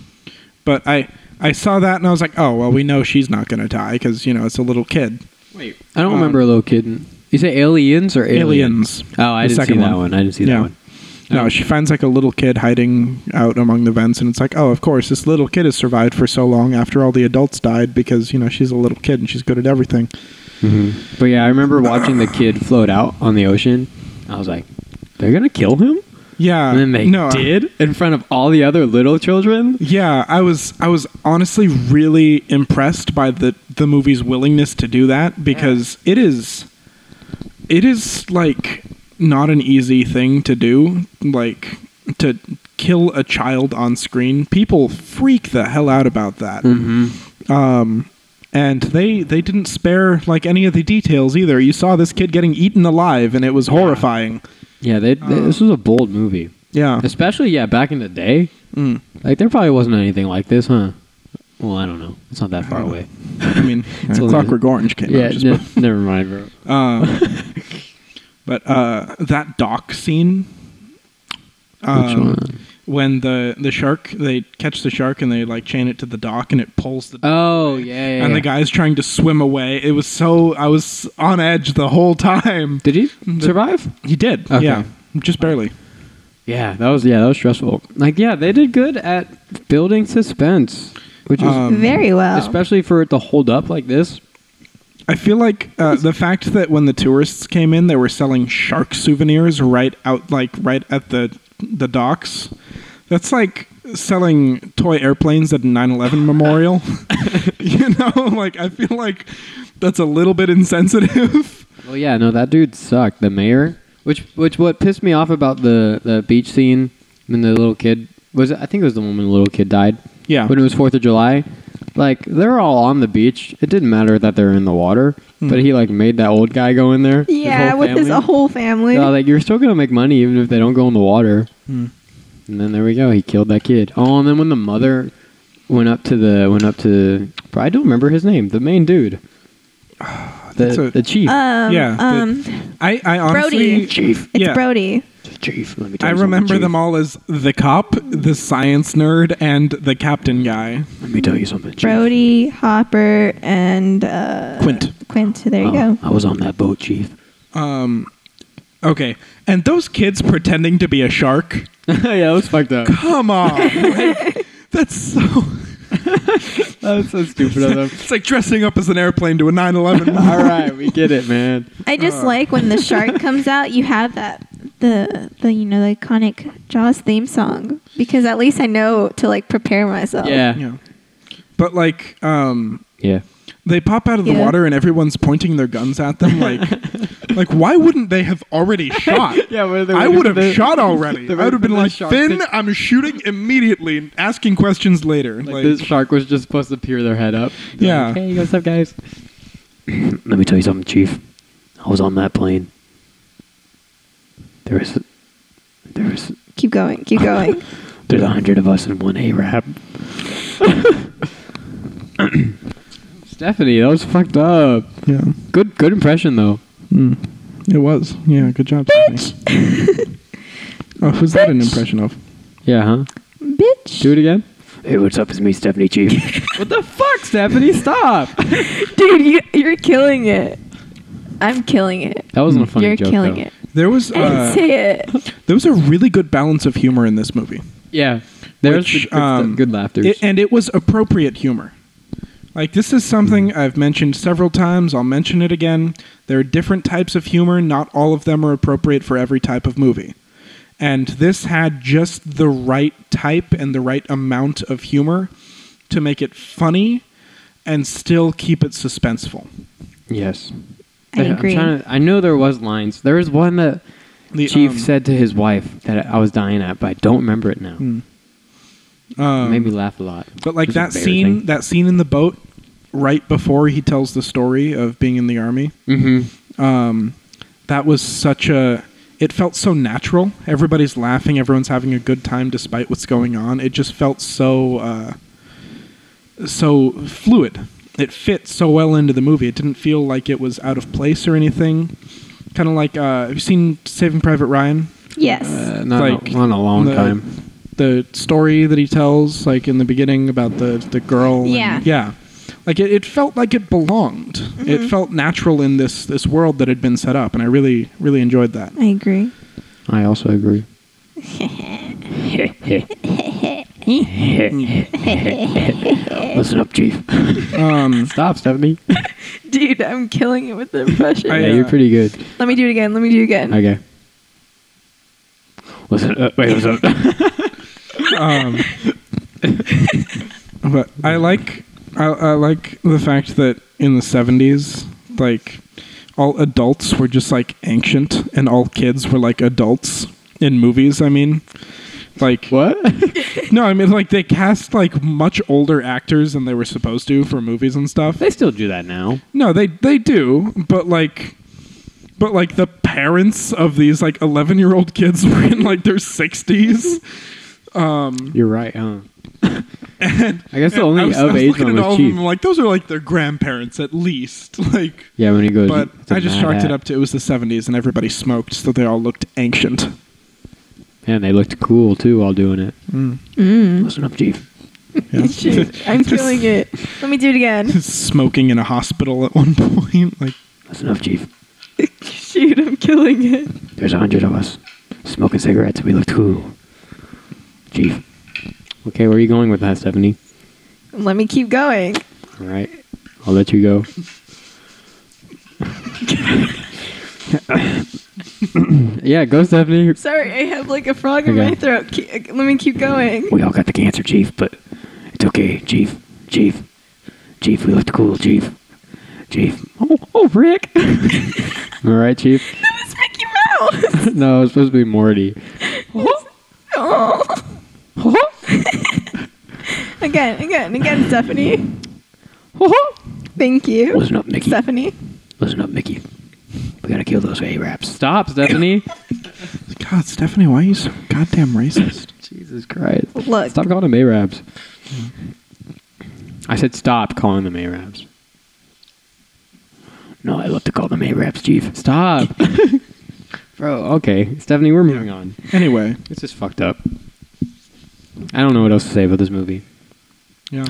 C: But I I saw that and I was like, oh well, we know she's not going to die because you know it's a little kid.
A: Wait, I don't
C: um,
A: remember a little kid. in- You say aliens or aliens?
C: Aliens.
A: Oh, I
C: The
A: didn't see
C: second
A: that
C: one.
A: one. I didn't see
C: Yeah.
A: that one. Oh.
C: No, she finds like a little kid hiding out among the vents, and it's like, oh, of course, this little kid has survived for so long after all the adults died because you know she's a little kid and she's good at everything.
A: But yeah, I remember watching the kid float out on the ocean. I was like, they're gonna kill him,
C: Yeah,
A: and then they
C: Uh, no,
A: did in front of all the other little children.
C: Yeah, I was I was honestly really impressed by the the movie's willingness to do that because it is it is like not an easy thing to do like to kill a child on screen. People freak the hell out about that.
A: Mm-hmm.
C: And they they didn't spare like any of the details either. You saw this kid getting eaten alive and it was horrifying.
A: Yeah, they, they- this was a bold movie,
C: Yeah.
A: especially yeah back in the day.
C: Uh. Mm.
A: Like there probably wasn't anything like this, huh? Well, I don't know. It's not that far away. <laughs>
C: I mean,
A: It's a little-
C: Clockwork Orange <laughs> came
A: Yeah,
C: out just
A: ne- <laughs> never mind, bro.
C: Um, but uh, that dock scene. um, When the the shark, they catch the shark and they like chain it to the dock and it pulls the.
A: Oh yeah, yeah,
C: and
A: yeah.
C: the guy's trying to swim away. It was so I was on edge the whole time.
A: Did he survive?
C: He did,
A: Okay.
C: yeah, just barely.
A: Yeah, that was yeah, that was stressful. Like yeah, they did good at building suspense, which is
C: Um,
B: Very well.
A: especially for it to hold up like this.
C: I feel like uh, the fact that when the tourists came in, they were selling shark souvenirs right out, like right at the the docks. That's like selling toy airplanes at a 9/11 memorial. <laughs> you know, like I feel like that's a little bit insensitive. <laughs>
A: Well, yeah, no, that dude sucked. The mayor, which which what pissed me off about the the beach scene when the little kid was I think it was the one when the little kid died.
C: Yeah.
A: when it was Fourth of July. Like they're all on the beach. It didn't matter that they're in the water,
C: Hmm.
A: but he like made that old guy go in there. his
B: yeah,
A: whole
B: with his
A: family.
B: whole family.
A: No, like you're still gonna make money even if they don't go in the water. And then there we go. He killed that kid. Oh, and then when the mother went up to the went up to, I don't remember his name. The main dude,
C: That's
A: the,
C: a- Uh,
A: the chief.
B: um,
C: yeah, the-
B: um,
C: I, I honestly,
B: Brody.
A: Chief.
B: it's
C: yeah.
B: Brody.
A: The chief. Let me tell
C: I
A: you something,
C: remember
A: chief.
C: them all as the cop, the science nerd, and the captain guy.
A: Let me tell you something. Chief.
B: Brody, Hopper, and uh,
C: Quint.
B: Quint. There you
A: Oh,
B: go.
A: I was on that boat, chief.
C: Okay, and those kids pretending to be a shark.
A: yeah, that was fucked up.
C: Come on,
A: <laughs>
C: like, that's so.
A: That was so stupid of them.
C: It's like dressing up as an airplane to a
A: <laughs>
C: 9/11. mom.
A: all right, we get it, man.
B: I just like when the
A: <laughs>
B: shark comes out. You have that the the you know the iconic Jaws theme song because at least I know to like prepare myself.
A: Yeah.
C: yeah, but like, um,
A: Yeah.
C: they pop out of the
B: Yeah.
C: water and everyone's pointing their guns at
A: <laughs>
C: them. Like, like why wouldn't they have already shot?
A: Yeah, well, they're
C: I
A: waiting
C: would
A: for
C: have
A: the- <laughs>
C: shot already. I
A: they're
C: would
A: waiting
C: have been
A: for the
C: like,
A: shark
C: Finn,
A: to-
C: I'm shooting immediately, and asking questions later.
A: Like,
C: Like,
A: this
C: <laughs>
A: shark was just supposed to peer their head up.
C: Yeah.
A: Like, hey, what's up, guys? Let me tell you something, Chief. I was on that plane. There was, there was,
B: Keep going.
A: <laughs>
B: Keep going.
A: there's a hundred of us in one Arab. Stephanie, that was fucked up.
C: yeah,
A: Good, good impression though.
C: Hmm. It was. Yeah, good job. Stephanie. oh, who's that an
B: Bitch.
C: impression of?
A: Yeah, huh?
B: Bitch.
A: Do it again.
D: Hey, what's up? It's me,
A: <laughs>
D: Stephanie Chief.
A: What the fuck, Stephanie? Stop.
B: Dude, you, you're killing it. I'm killing it.
A: That wasn't a funny
B: you're
A: joke.
B: killing
A: though.
B: it.
C: There was
B: I didn't
C: uh,
B: say
A: <laughs>
B: it.
C: there was a really good balance of humor in this movie,
A: <laughs> Yeah. There's
C: Which,
A: the, good stuff-
C: um,
A: good laughter.
C: It- and it was appropriate humor. Like this is something
A: Mm-hmm.
C: I've mentioned several times. I'll mention it again. There are different types of humor. Not all of them are appropriate for every type of movie. And this had just the right type and the right amount of humor to make it funny and still keep it suspenseful.
A: yes.
B: I
A: I'm
B: agree.
A: trying to- I know there was lines. There was one that
C: The
A: Chief
C: um,
A: said to his wife that I was dying at, but I don't remember it now.
C: um,
A: it made me laugh a lot.
C: But
A: It
C: like
A: was
C: that scene,
A: embarrassing.
C: that scene in the boat, right before he tells the story of being in the army,
A: Mhm.
C: that was such a. It felt so natural. Everybody's laughing. Everyone's having a good time despite what's going on. It just felt so, uh, so fluid. It fit so well into the movie. It didn't feel like it was out of place or anything. Kind of like uh, have you seen Saving Private Ryan?
B: Yes.
A: Uh, not,
C: like,
A: in a- not in a long
C: the-
A: time.
C: the story that he tells, like in the beginning about the the girl. and-
B: Yeah.
C: yeah. Like it, it felt like it belonged. It felt natural in this this world that had been set up, and I really really enjoyed that.
B: I agree.
A: I also agree.
D: Listen up, Chief.
C: Um,
A: Stop, Stephanie.
B: Dude, I'm killing it
A: <laughs>
B: with the impression.
C: I-
A: yeah, you're pretty good.
B: let me do it again. Let me do it again.
A: Okay.
D: Listen, uh, wait, what's up?
C: um, but I like I, I like the fact that in the seventies, like all adults were just like ancient, and all kids were like adults in movies. I mean, like
A: What?
C: No, I mean like they cast like much older actors than they were supposed to for movies and
A: <laughs>
C: stuff.
A: they still do that now.
C: No, they they do, but like but like the parents of these like 11-year-old kids <laughs> were in like their 60s.
A: You're right, huh? <laughs> I guess the only
C: I was, I
A: of
C: was
A: age
C: looking
A: one
C: at all
A: was
C: of
A: Chief.
C: them like those are like their grandparents at least. <laughs> Like
A: yeah, when he goes.
C: but
A: "It's a
C: I just
A: mad
C: chalked it
A: hat."
C: up to it was the 70s and everybody smoked, so they all looked ancient.
A: And they looked cool too while doing it.
D: Listen up, Chief.
B: Mm. <laughs>
A: <laughs>
B: Shoot, I'm killing it. Let me do it again.
C: <laughs> Smoking in a hospital at one <laughs> point like
D: Listen up, Chief.
B: Shoot, I'm killing it.
D: There's a hundred of us smoking cigarettes. We look cool. Chief.
A: Okay, where are you going with that, Stephanie?
B: Let me keep going.
A: All right, I'll let you go. <laughs> yeah, go, Stephanie.
B: Sorry, I have like a frog in
A: Okay.
B: my throat. Ke- uh, Let me keep going.
D: We all got the cancer, Chief, but it's okay, Chief. Chief. Chief, we looked cool, Chief. Chief.
A: Oh, oh Rick. <laughs> All right, Chief.
B: <laughs>
A: <laughs>
B: That was Mickey Mouse. <laughs>
A: No, it's supposed to be Morty.
B: oh. <laughs> Again, again, again, Stephanie. Thank you,
D: Listen up, Mickey.
B: Stephanie.
D: Listen up, Mickey. We gotta kill those A-raps.
A: Stop,
C: <laughs>
A: Stephanie.
C: God, Stephanie, why are you so goddamn racist?
A: Jesus Christ.
B: Look,
A: Stop calling them Arabs. I said stop calling them Arabs.
D: No, I love to call them A-raps, Chief.
A: Stop. Bro, okay. Stephanie, we're moving on.
C: Anyway,
A: It's just fucked up. I don't know what else to say about this movie.
C: Yeah.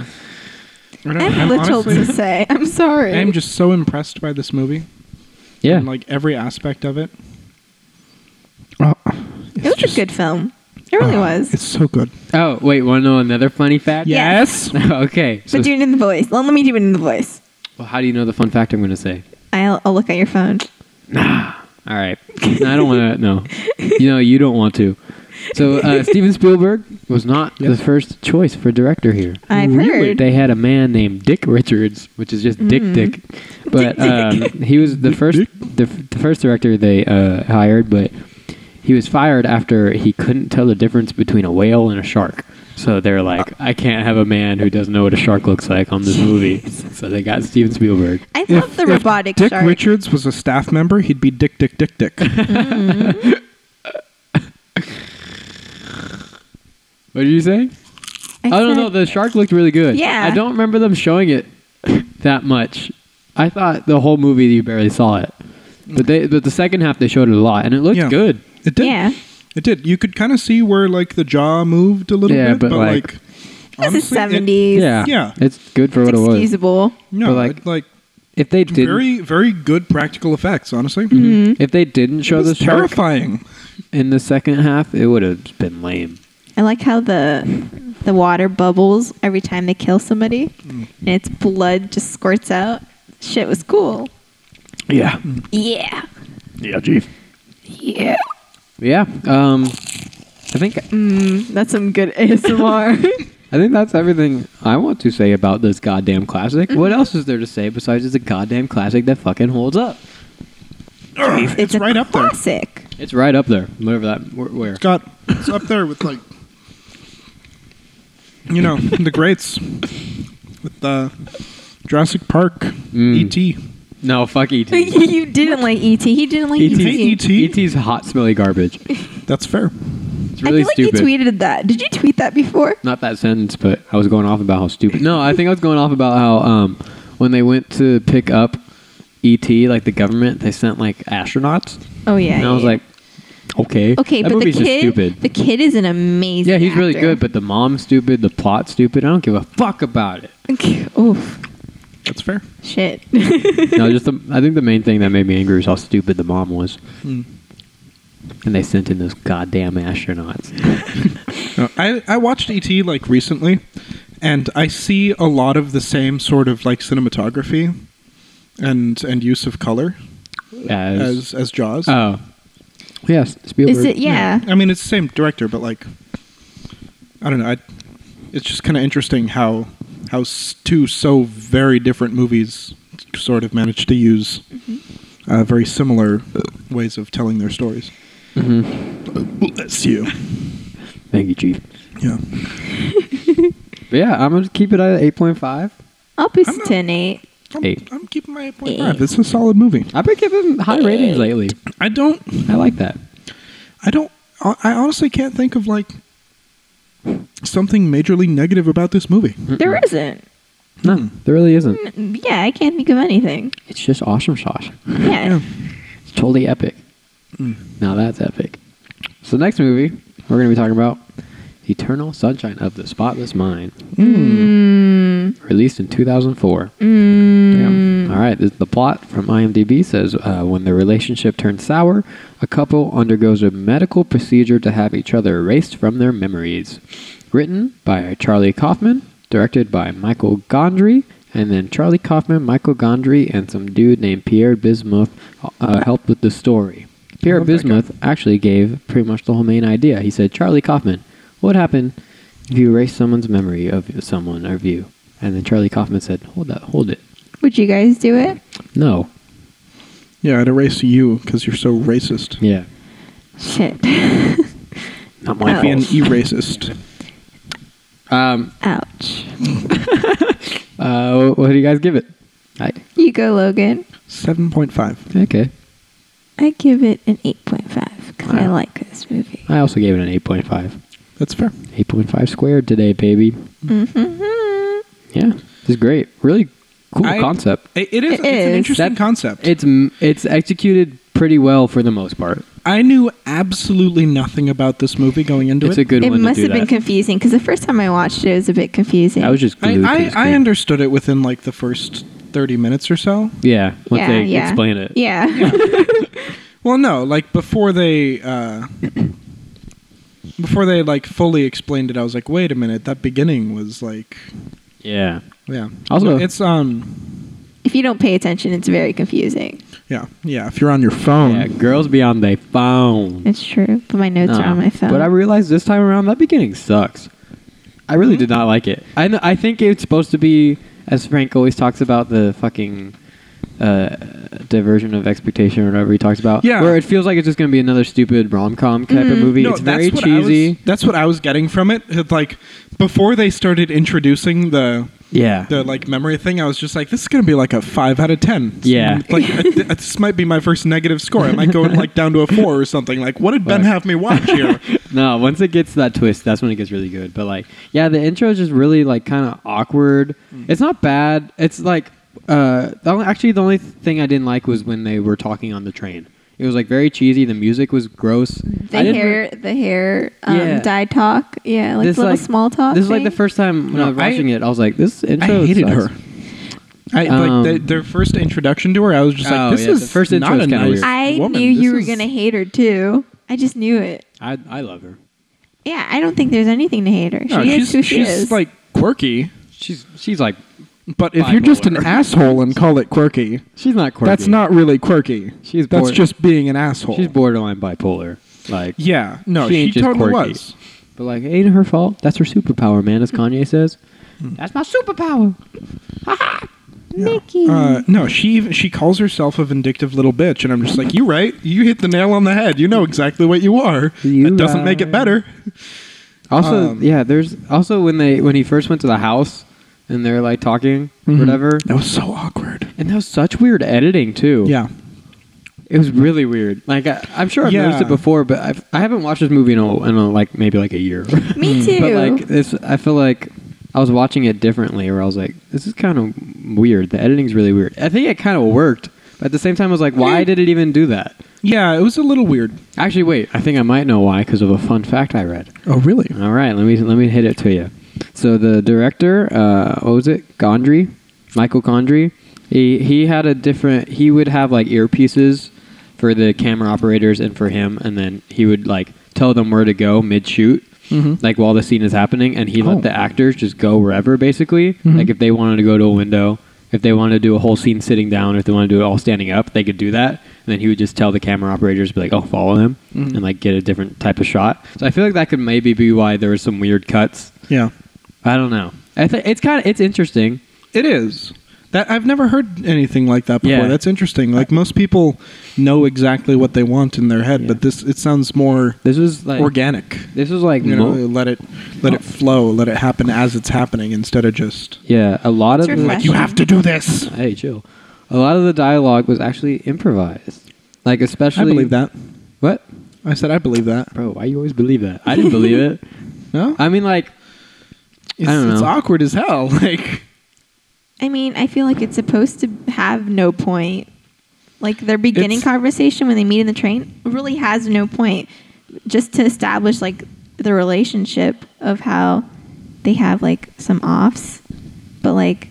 C: I
B: I have little to say. I'm sorry.
C: I'm just so impressed by this movie.
A: Yeah.
C: And like every aspect of it. Uh,
B: it was a good film. It really was.
C: It's so good.
A: Oh, wait, want to know another funny fact?
B: Yes.
A: <laughs>
B: <laughs>
A: okay. So,
B: But do it in the voice. Well, let me do it in the voice.
A: well, how do you know the fun fact I'm going to say?
B: I'll, I'll look at your phone.
A: All right. No, I don't want to. No. You know, you don't want to. So, uh, Steven Spielberg was not the first choice for director here.
B: I've
C: Really?
B: heard.
A: They had a man named Dick Richards, which is just
B: Mm-hmm.
A: Dick Dick, but um, he was the first the, f- the first director they uh, hired, but he was fired after he couldn't tell the difference between a whale and a shark. So they're like, I can't have a man who doesn't know what a shark looks like on this movie. So they got Steven Spielberg.
B: I love the robotic
C: Dick
B: shark.
C: Richards was a staff member, he'd be Dick Dick
B: <laughs>
C: Dick Dick.
A: What did you say?
B: I
A: I don't
B: said-
A: know. Oh, The shark looked really good.
B: Yeah.
A: I don't <laughs> remember them showing it that much. I thought the whole movie you barely saw it. But they but the second half they showed it a lot and it looked
C: Yeah.
A: good.
C: It did.
B: Yeah.
C: It did. You could kind of see where like the jaw moved a little
A: Yeah,
C: bit,
A: but,
C: but,
A: like-
C: like,
B: This is
C: honestly, it-
B: seventies.
A: yeah.
C: yeah.
A: It's good for
B: It's
A: what it was.
B: excusable.
C: no,
A: but,
C: like,
A: like,
C: like
A: If they didn't
C: very very good practical effects. Honestly,
B: Mm-hmm.
A: if they didn't
C: it
A: show
C: was
A: the shark
C: terrifying.
A: in the second half, it would have been lame.
B: I like how the the water bubbles every time they kill somebody,
A: Mm.
B: and its blood just squirts out. Shit was cool.
D: Yeah.
B: Yeah.
D: Yeah, Chief.
B: Yeah.
A: Yeah. Um I think
B: That's some good
A: <laughs>
B: ASMR.
A: I think that's everything I want to say about this goddamn classic. What
B: Mm-hmm.
A: else is there to say besides it's a goddamn classic that fucking holds up?
C: Ugh, it's
B: a
C: right up there. It's
B: classic. <laughs>
A: It's right up there. Whatever that where, where.
C: got it's up there with like you know the greats with uh, Jurassic Park, E
A: Mm.
C: E.T.
A: No, fuck E ET.
B: <laughs> you didn't like ET. He didn't like E ET.
A: ET.
C: hate ET?
A: ET's hot smelly garbage.
C: That's fair.
A: It's really
B: I feel
A: stupid.
B: like E you tweeted that. Did you tweet that before?
A: Not that sentence, but I was going off about how stupid. No, I think I was going off about how um, when they went to pick up ET, like the government, they sent like astronauts,
B: Oh yeah.
A: and
B: yeah,
A: I was
B: yeah.
A: like, okay,
B: okay,
A: that
B: but the
A: movie's
B: kid,
A: just stupid.
B: the kid is an amazing.
A: yeah, he's really
B: actor.
A: good, but the mom's stupid, the plot's stupid. I don't give a fuck about it.
B: Okay, <laughs> Oof.
C: That's fair.
B: Shit.
A: no, just the, I think the main thing that made me angry was how stupid the mom was,
C: Mm.
A: and they sent in those goddamn astronauts.
C: No, I, I watched ET like recently, and I see a lot of the same sort of like cinematography and and use of color
A: As,
C: as as Jaws.
A: oh, yes, Spielberg.
B: is it? Yeah.
C: I mean it's the same director, but like I don't know. I, it's just kind of interesting how how s- two so very different movies sort of managed to use uh, very similar ways of telling their stories.
A: Mhm.
C: Bless you.
A: Thank you, Chief.
C: Yeah.
A: But yeah, I'm gonna keep it at eight point five.
B: I'll be
C: I'm not-
B: ten eight.
C: I'm,
A: Eight.
C: I'm keeping my 8.5. It's a solid movie.
A: I've been giving high ratings lately.
C: I don't
A: I like that.
C: I don't. I I honestly can't think of like something majorly negative about this movie.
B: There isn't.
A: No, there really isn't.
B: Yeah, I can't think of anything.
A: It's just awesome sauce.
B: Yeah.
A: It's totally epic. Now that's epic. So the next movie we're going to be talking about Eternal Sunshine of the Spotless Mind,
B: Mm.
A: released in 2004.
B: Mm.
A: Damn. All right. This, the plot from IMDb says uh, when the relationship turns sour, a couple undergoes a medical procedure to have each other erased from their memories. Written by Charlie Kaufman, directed by Michael Gondry, and then Charlie Kaufman, Michael Gondry, and some dude named Pierre Bismuth uh, helped with the story. Pierre
C: love that guy.
A: Bismuth actually gave pretty much the whole main idea. He said, Charlie Kaufman, what happened if you erase someone's memory of someone or of you? And then Charlie Kaufman said, hold that, hold it.
B: Would you guys do it?
A: No.
C: Yeah, I'd erase you because you're so racist.
A: Yeah.
B: Shit. <laughs>
A: Not
B: my
C: Be an
B: fault.
C: e racist.
A: Um,
B: Ouch.
A: uh, what do you guys give it? I,
B: You go, Logan.
C: Seven point five.
A: okay.
B: I give it an eight point five because I
A: Wow.
B: like this movie.
A: I also gave it an 8.5.
C: That's fair.
A: 8.5 squared today, baby.
B: Mm-hmm.
A: Yeah. This is great. Really cool
C: I-
A: concept.
C: It, it
B: It
C: is. it's an
B: is.
C: interesting
A: That-
C: concept.
A: It's m- it's executed pretty well for the most part.
C: I knew absolutely nothing about this movie going into
A: It's a
C: it.
A: good
B: It
A: one to
B: must
A: do
B: have been
A: that.
B: confusing because the first time I watched it, it was a bit confusing.
A: I was just glued to
C: I,
A: the
C: I, I
A: screen.
C: understood it within like the first thirty minutes or so.
A: Yeah, once
B: Yeah,
A: they
B: yeah.
A: explain it. <laughs>
B: Yeah.
C: Well, no, like before they uh, before they like fully explained it, I was like, wait a minute, that beginning was like,
A: Yeah.
C: yeah.
A: Also-
C: it's um.
B: if you don't pay attention, it's very confusing.
C: Yeah, yeah. If you're on your phone,
A: Yeah, girls be on their phone.
B: It's true, but my notes
A: Nah.
B: are on my phone.
A: But I realized this time around that beginning sucks. I really
B: Mm-hmm.
A: did not like it. I kn- I think it's supposed to be as Frank always talks about the fucking uh, diversion of expectation or whatever he talks about.
C: Yeah.
A: Where it feels like it's just going to be another stupid rom com type
B: Mm-hmm.
A: of movie. it's very
C: what I
A: cheesy.
C: was, that's what I was getting from it. It's like before they started introducing the
A: yeah.
C: the like memory thing, I was just like, this is gonna be like a five out of ten. It's
A: Yeah.
C: like I, th- this might be my first negative score.
A: <laughs>
C: I might go like down to a four or something. Like, what did Ben
A: Right.
C: have me watch
A: <laughs>
C: here?
A: No, once it gets that twist, that's when it gets really
C: Mm.
A: good. But like, yeah, the intro is just really like kind of awkward. It's not bad. It's like Uh, the only- actually, the only thing I didn't like was when they were talking on the train. It was like very cheesy. The music was gross.
B: The
A: I didn't re-
B: hair, the hair, um,
A: Yeah.
B: dye talk, yeah, like
A: This,
B: little
A: like-
B: small talk.
A: This is like the
B: thing.
A: first time when I
C: No,
A: was watching
C: I-
A: it. I was like, this intro.
C: I hated
A: sucks.
C: her. I
A: Um,
C: like the, their first introduction to her. I was just
A: Oh,
C: like, "This
A: yeah,
C: is
A: the first intro
C: not
A: is
C: a
A: kinda
C: nice
A: weird.
B: I
C: woman.
B: knew you
C: This
B: were
C: is- <laughs>
B: gonna hate her too. I just knew it.
A: I I love her.
B: Yeah, I don't think there's anything to hate her. She
C: No,
B: is
C: she's,
B: <laughs> who she
C: she's
B: is.
C: like quirky,
A: She's she's like
C: but if you're just an
A: Bipolar.
C: asshole and call it quirky,
A: she's not quirky.
C: that's not really quirky.
A: She's
C: that's
A: bored.
C: just being an asshole.
A: She's borderline bipolar. Like
C: Yeah, no,
A: She
C: she,
A: ain't just
C: totally
A: quirky.
C: was.
A: But like, it ain't her fault. That's her superpower, man. <laughs> As Kanye says,
C: Mm.
A: that's my superpower.
B: Mickey.
C: Uh, no, she even, she calls herself a vindictive little bitch, and I'm just like, you right, you hit the nail on the head. You know exactly what you are.
A: You
C: it doesn't make it
A: right.
C: better.
A: Also,
C: Um,
A: yeah. There's also when they when he first went to the house and they're like talking, or whatever.
C: Mm-hmm. That was so awkward.
A: And that was such weird editing too.
C: Yeah,
A: it was really weird. Like I, I'm sure I've
C: Yeah.
A: noticed it before, but I've, I haven't watched this movie in, a, in a, like maybe like a year.
C: mm,
B: Me
A: <laughs>
B: too.
A: but like this, I feel like I was watching it differently, where I was like, this is kind of weird. The editing's really weird. I think it kind of worked, but at the same time, I was like, why
C: Yeah.
A: did it even do that?
C: yeah, it was a little weird.
A: Actually, wait. I think I might know why because of a fun fact I read.
C: Oh, really?
A: All right, let me let me hit it to you. So the director, uh, what was it? Gondry, Michael Gondry. He he had a different. He would have like earpieces for the camera operators and for him, and then he would like tell them where to go mid shoot.
C: Mhm.
A: Like while the scene is happening, and he
C: Oh.
A: let the actors just go wherever. Basically,
C: Mhm.
A: like if they wanted to go to a window, if they wanted to do a whole scene sitting down, if they wanted to do it all standing up, they could do that. And then he would just tell the camera operators, be like, "Oh, follow him,"
C: Mhm.
A: and like get a different type of shot. So I feel like that could maybe be why there were some weird cuts.
C: Yeah,
A: I don't know. I th- it's kind of it's interesting.
C: it is. That I've never heard anything like that before.
A: Yeah.
C: That's interesting. Like most people know exactly what they want in their head,
A: Yeah.
C: but this it sounds more
A: This was like mm-hmm. Oh.
C: organic.
A: This was like
C: You know,
A: mo-
C: let it let it flow, let it happen as it's happening instead of just
A: yeah, a lot
B: It's
A: of
B: refreshing.
A: the,
C: like you have to do this.
A: hey chill. A lot of the dialogue was actually improvised. Like
C: I
A: especially
C: believe that.
A: What,
C: I said I believe that.
A: bro? Why you always believe that? I didn't believe it.
C: No,
A: <laughs> I mean, like
C: it's,
A: don't
C: it's
A: know.
C: awkward as hell. <laughs> Like
B: I mean, I feel like it's supposed to have no point. Like their beginning
C: It's-
B: conversation when they meet in the train really has no point, just to establish like the relationship of how they have like some offs, but like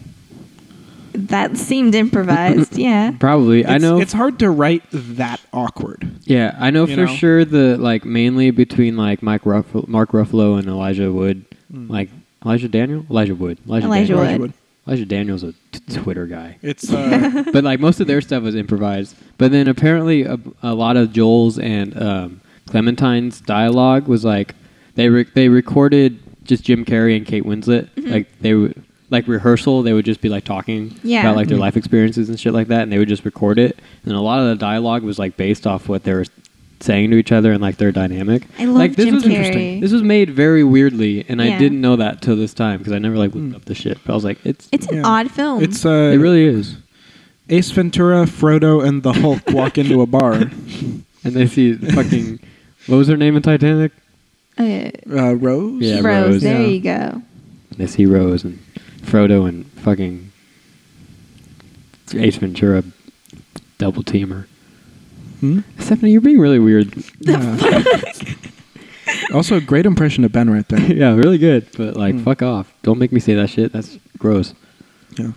B: that seemed
C: <laughs>
B: improvised. yeah,
A: probably. I
C: it's-
A: know
C: it's hard to write that awkward.
A: Yeah, I know
C: You
A: for
C: know?
A: sure the like mainly between like Mike Ruff- Mark Ruffalo and Elijah Wood,
C: Mm.
A: like Elijah Daniel, Elijah Wood, Elijah,
B: Elijah
A: Daniel.
B: Wood.
A: Elijah Daniel's a t- Twitter guy,
C: It's uh,
A: <laughs> but like most of their stuff was improvised. But then apparently a, a lot of Joel's and um, Clementine's dialogue was like they re- they recorded just Jim Carrey and Kate Winslet,
B: Mm-hmm.
A: like they would like rehearsal. They would just be like talking
B: Yeah. Mm-hmm.
A: about like their life experiences and shit like that, and they would just record it. And a lot of the dialogue was like based off what they were saying to each other and like their dynamic.
B: I love
A: like, this
B: Jim
A: was
B: Carrey.
A: This was made very weirdly, and I
B: Yeah.
A: didn't know that till this time because I never like looked up the shit. But I was like, it's,
B: it's an
C: Yeah.
B: odd film.
C: it's uh,
A: Hmm. it really is.
C: Ace Ventura, Frodo, and the Hulk walk into
A: <laughs>
C: a bar.
A: And they see fucking what was her name in Titanic?
B: uh,
C: Uh, Rose.
A: Yeah,
B: Rose.
A: Rose.
B: There
C: Yeah.
B: you go.
A: They see Rose and Frodo and fucking Ace Ventura double teamer.
C: Hmm?
A: Stephanie, you're being really weird. <laughs>
C: Yeah. also, great impression of Ben right
A: <laughs>
C: there.
A: yeah, really good. But like,
C: Hmm.
A: fuck off. Don't make me say that shit. That's gross.
C: Yeah.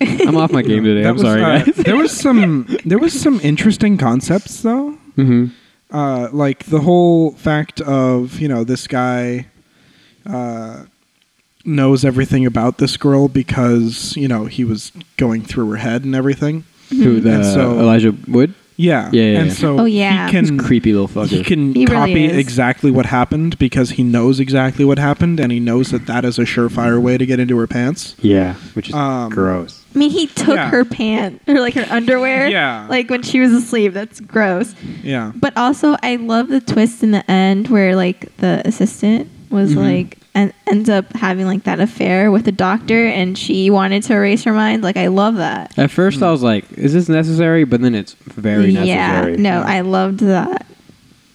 A: I'm off my <laughs> game today.
C: That
A: I'm
C: was,
A: sorry,
C: uh,
A: guys.
C: there was
A: <laughs>
C: some there was some interesting concepts though.
A: hmm
C: Uh, like the whole fact of you know this guy uh, knows everything about this girl because you know he was going through her head and everything.
A: Who the
C: And so-
A: Elijah Wood?
C: Yeah.
A: Yeah, yeah,
C: and
A: yeah.
C: so
B: Oh, yeah.
C: he can
A: This creepy little fucker.
C: he can
B: He really
C: copy
B: is.
C: exactly what happened because he knows exactly what happened and he knows that that is a surefire way to get into her pants.
A: yeah, which is
C: Um,
A: gross.
B: I mean, he took
C: Yeah.
B: her pant or like her underwear.
C: Yeah.
B: Like when she was asleep. That's gross.
C: Yeah.
B: But also, I love the twist in the end where like the assistant was
A: Mm-hmm.
C: Mhm.
B: like and ends up having like that affair with the doctor, and she wanted to erase her mind. Like I love that.
A: At first, I was like, "Is this necessary?" But then it's very
B: yeah.
A: necessary.
B: No, I loved that.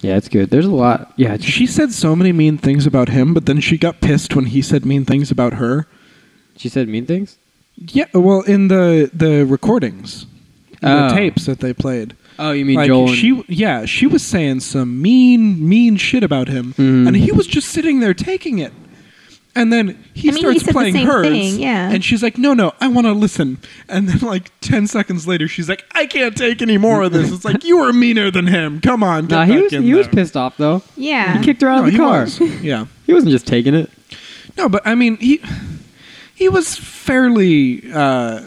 A: Yeah, it's good. There's a lot. Yeah, it's
C: She said so many mean things about him, but then she got pissed when he said mean things about her.
A: She said mean things?
C: Yeah, well, in the the recordings,
A: Oh.
C: the tapes that they played.
A: Oh, you mean
C: like
A: Joel? and-
C: she, yeah, she was saying some mean, mean shit about him,
A: Mm-hmm.
C: and he was just sitting there taking it. And then he
B: I mean, he
C: starts
B: said the
C: playing
B: same
C: hers,
B: thing, yeah.
C: and she's like, "No, no, I want to listen." And then, like ten seconds later, she's like, "I can't take any more of this." It's like you were meaner than him. Come on, get
A: Nah,
C: back
A: he was
C: in
A: he was
C: there."
A: pissed off though.
B: Yeah.
A: He kicked her out
C: No,
A: of the
C: he
A: car.
C: was.
A: <laughs>
C: Yeah,
A: He wasn't just taking it.
C: no, but I mean, he he was fairly. Uh,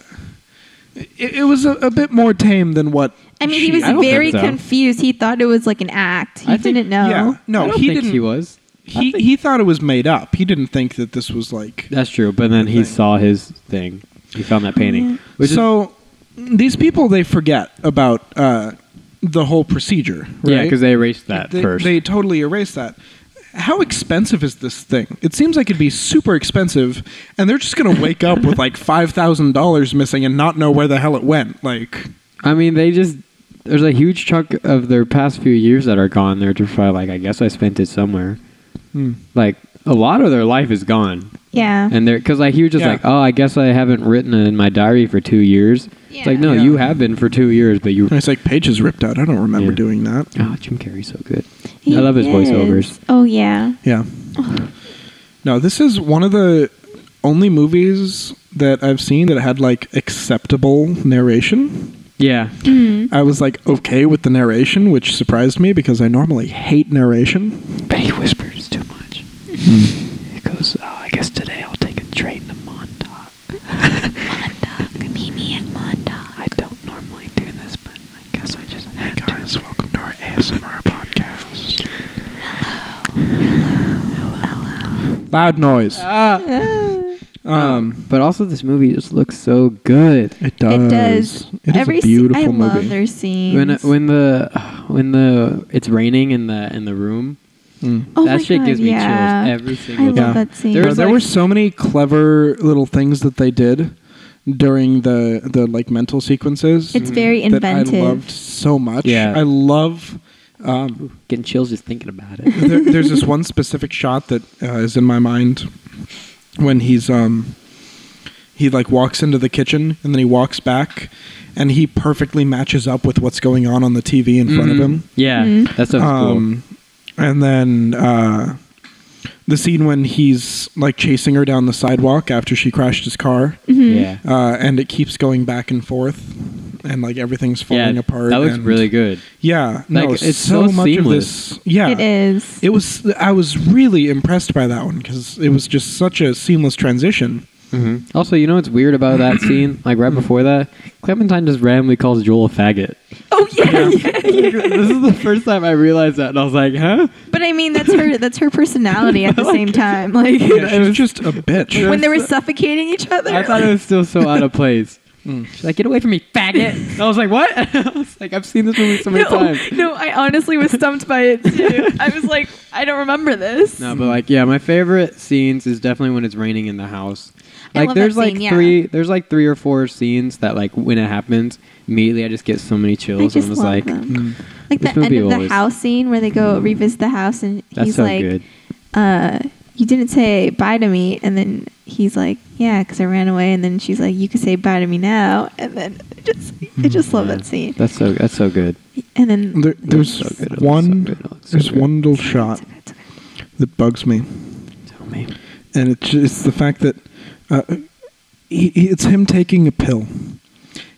C: it, it was a, a bit more tame than what.
B: I mean,
C: she-
B: he was
A: I don't think
B: very
A: so.
B: confused. He thought it was like an act. He
A: I think-
B: didn't know.
C: Yeah, no,
A: I don't
C: he
A: think
C: didn't.
A: She was.
C: he he thought it was made up. He didn't think that this was like
A: That's true. But then he
C: thing.
A: saw his thing. He found that painting. Which is,
C: so. These people they forget about uh, the whole procedure, right?
A: yeah, because they erased that
C: they,
A: first.
C: they totally erase that. How expensive is this thing? It seems like it'd be super expensive, and they're just gonna wake up with like five thousand dollars missing and not know where the hell it went. Like,
A: I mean, they just there's a huge chunk of their past few years that are gone. They're just probably like, I guess I spent it somewhere.
C: hmm.
A: Like a lot of their life is gone,
B: Yeah.
A: and they're because like he was just
C: Yeah.
A: like, oh, I guess I haven't written in my diary for two years. It's like,
B: Yeah.
A: no,
C: Yeah.
A: you have been for two years, but <laughs> you.
C: and it's like pages ripped out. I don't remember
A: Yeah.
C: doing that.
A: Oh, Jim Carrey's so good.
B: He
A: I love his
B: is.
A: voiceovers.
B: Oh yeah.
C: <sighs> Yeah. No, this is one of the only movies that I've seen that had like acceptable narration.
A: Yeah,
C: I was like okay with the narration, which surprised me because I normally hate narration.
D: But he whispers too much. He goes, oh, I guess today I'll take a train to Montauk. Montauk, meet me in Montauk. I don't normally do this, but I guess I just had to. guys, welcome to our ASMR podcast.
C: Loud noise. um,
A: but also this movie just looks so good.
C: it does.
B: It does.
C: It is
B: Every
C: a beautiful
B: scene, I
C: movie.
B: love their scenes.
A: When uh, when the when the it's raining in the in the room,
C: Mm.
B: oh
A: that
B: my
A: shit
B: God,
A: gives me
B: yeah.
A: chills every
B: I
A: single
B: love
A: time.
C: Yeah.
B: that scene.
A: There
C: There,
A: was,
C: there
A: like-
C: were so many clever little things that they did during the the like mental sequences. Mm.
B: It's very
C: that I
B: inventive.
C: loved so much.
A: Yeah.
C: I love. Um,
A: Getting chills just thinking about
B: <laughs>
A: it.
C: there, there's this one specific shot that uh, is in my mind when he's um he like walks into the kitchen and then he walks back and he perfectly matches up with what's going on on the TV in front of him.
A: Mm-hmm. Yeah,
B: Mm-hmm.
A: that stuff's
C: Um, and then uh, the scene when he's like chasing her down the sidewalk after she crashed his car,
A: cool.
B: Mm-hmm.
A: Yeah,
C: uh, and it keeps going back and forth, and like everything's falling
A: yeah,
C: apart.
A: That looks
C: and-
A: really good.
C: Yeah, no,
A: Like, it's
C: it's so,
A: so
C: much
A: seamless.
C: of this. Yeah,
B: It is.
C: It was. I was really impressed by that one because it was just such a seamless transition.
A: Also, you know what's weird about
B: <clears throat>
A: that scene? Like right before that, Clementine just randomly calls Joel a faggot.
B: oh
A: <laughs>
B: yeah, yeah.
A: this is the first time I realized that, and I was like, huh?
B: But I mean, that's her. That's her
A: <laughs>
B: personality at the same time. Like
C: Yeah, she's just a bitch.
B: when they were suffocating each other.
A: I thought it was still so out of place. Mm. She's like, get away from me, faggot. And I was like, what? <laughs> I was like, I've seen this movie so many
B: <laughs> no,
A: times.
B: no, I honestly was stumped by
A: <laughs>
B: it too. I was like, I don't remember this.
A: No, but like, yeah, my favorite scenes is definitely when it's raining in the house.
B: I
A: Like,
B: love that
A: there's like
B: scene, yeah.
A: three, there's like three or four scenes that like when it happens, immediately I just get so many chills.
B: I just
A: and I was
B: love
A: like,
B: them.
C: Mm.
B: Like
A: This
B: the end
A: movie
B: of the
A: always-
B: house scene where they go revisit the house and
A: that's
B: he's
A: so
B: like,
A: good.
B: uh, you didn't say bye to me. And then he's like, yeah, because I ran away. And then she's like, you can say bye to me now. And then I just, I just love
A: Yeah.
B: that scene.
A: That's so that's so good.
B: And then
C: There, there's
A: so good. It looks so
C: one.
A: good. It looks so
C: there's
A: good.
C: one little shot
B: It's okay.
C: that bugs me,
A: Tell me.
C: and it's ju- it's the fact that uh, he, he- it's him taking a pill,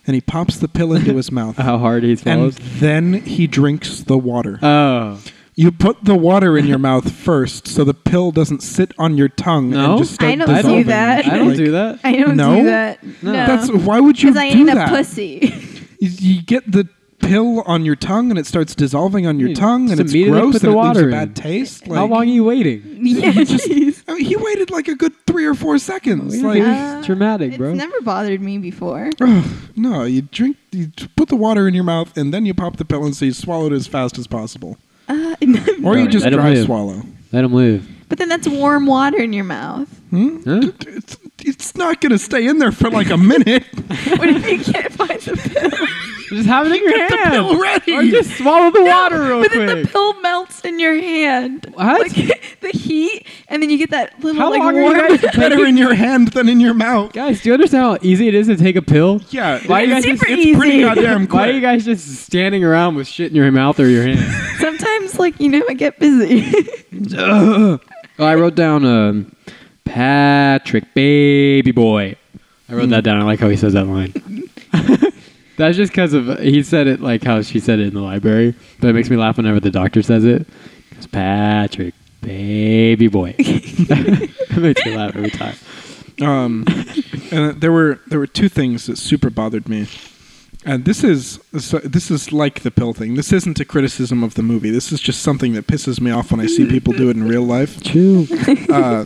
C: and he pops the pill into his mouth,
A: How hard he
C: and
A: swallows.
C: then he drinks the water.
A: Oh.
C: you put the water in your mouth first, so the pill doesn't sit on your tongue.
A: No?
C: and just start
B: I don't do
C: dissolving.
B: <laughs> that.
A: I don't
C: Like,
A: do that.
B: I don't
C: No?
B: do that.
A: No.
B: No.
C: That's why would you
B: because I
C: do
B: ain't
C: that?
B: a
C: <laughs>
B: pussy.
C: you, you get the pill on your tongue and it starts dissolving on your
A: You
C: tongue
A: just
C: and it's
A: immediately
C: gross
A: put the
C: and it
A: water
C: leaves a
A: in.
C: bad taste. Like,
A: How long are you waiting?
B: <laughs> yeah, jeez.
C: I mean, he waited like a good three or four seconds.
A: Yeah,
C: like,
A: dude. It's traumatic,
B: Uh, it's
A: bro.
B: never bothered me
C: <laughs>
B: before.
C: ugh, no, you drink, you t- put the water in your mouth and then you pop the pill and so you swallow it as fast as possible,
B: Uh, <laughs>
C: or you
A: Right,
C: just
A: let 'em
C: dry
A: live.
C: swallow.
A: Let him live.
B: but then that's warm water in your mouth.
C: Hmm?
A: Huh?
C: It's,
B: <laughs>
C: it's not gonna stay in there for like a minute. <laughs>
B: What if you can't find the pill?
A: Just have it in your
C: Get the
A: hand.
B: <laughs>
C: pill ready.
A: Or just swallow the water
B: No,
A: real
B: <laughs> but
A: quick.
B: then the pill melts in your hand.
A: What?
B: Like, <laughs> the heat, and then you get that little
A: How
B: like
A: long are you
B: warm.
A: guys-
C: Better in your hand than in your mouth.
A: Guys, do you understand how easy it is to take a pill?
C: Yeah,
A: Why you guys
C: it's,
A: just-
C: it's
B: Super
C: pretty
B: easy.
C: goddamn quick.
A: Why are you guys just standing around with shit in your mouth or your hand?
B: <laughs> Sometimes, like you know, I get busy.
A: Ugh. oh, I wrote down um, Patrick, baby boy. I wrote that down. I like how he says that line. <laughs> That's just because of he said it like how she said it in the library, but it makes me laugh whenever the doctor says it. It's Patrick, baby boy. <laughs> it makes me laugh every time.
C: Um, and there were there were two things that super bothered me. And this is so- this is like the pill thing. This isn't a criticism of the movie. This is just something that pisses me off when I see people do it in real life.
A: True.
C: Uh,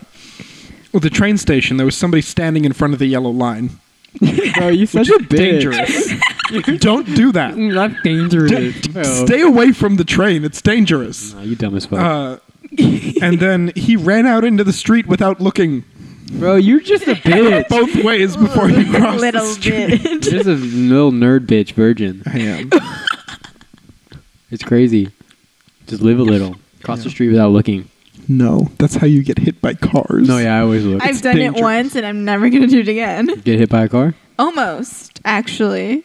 C: well, the train station. There was somebody standing in front of the yellow line.
A: Bro, you such a bitch. <laughs>
C: Dangerous. Don't do <laughs> that.
A: Mm, That's dangerous.
C: D-
A: bro.
C: Stay away from the train. It's dangerous.
A: Nah, you dumb as fuck.
C: Uh, and then he ran out into the street without looking
A: Bro, you're just
C: <laughs>
A: a bitch.
C: both ways before he
B: <laughs>
C: crossed
B: little
C: the street.
B: bit.
A: You're just a little nerd bitch virgin.
C: I am. <laughs>
A: It's crazy. Just live a little. Cross the street without looking.
C: No, that's how you get hit by cars.
A: No, yeah, I always look.
B: <laughs> I've done
C: dangerous.
B: it once, and I'm never gonna do it again. <laughs>
A: Get hit by a car?
B: Almost, actually.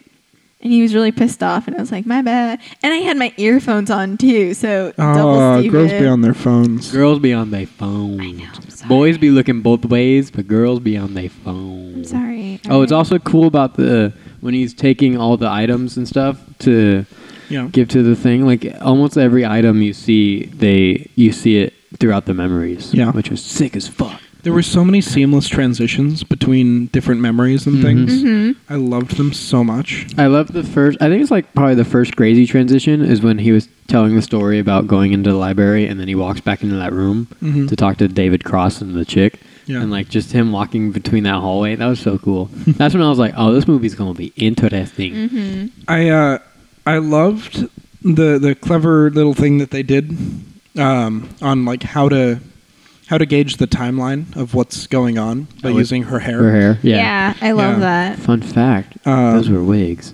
B: And he was really pissed off, and I was like, "My bad." And I had my earphones on too, so double
A: uh,
C: Oh,
B: Steven.
C: girls be on their phones.
A: Girls be on their phones.
B: I'm sorry.
A: Boys be looking both ways, but girls be on their phones.
B: I'm sorry.
A: Oh, it's also cool about the when he's taking all the items and stuff to
C: Yeah.
A: give to the thing. Like almost every item you see, they you see it throughout the memories.
C: Yeah.
A: which was sick as fuck.
C: There were so many seamless transitions between different memories and
A: Mhm.
C: things.
B: Mm-hmm.
C: I loved them so much.
A: I love the first. I think it's like probably the first crazy transition is when he was telling the story about going into the library and then he walks back into that room
C: Mhm.
A: to talk to David Cross and the chick.
C: Yeah.
A: And like just him walking between that hallway, that was so cool. That's when I was like, "Oh, this movie's gonna be interesting."
B: Mm-hmm.
C: I uh, I loved the the clever little thing that they did um, on like how to how to gauge the timeline of what's going on by
A: Oh, it-
C: using her hair.
A: Her hair,
B: Yeah.
A: yeah.
B: I love
C: Yeah.
B: that.
A: Fun fact:
C: Um,
A: those were wigs.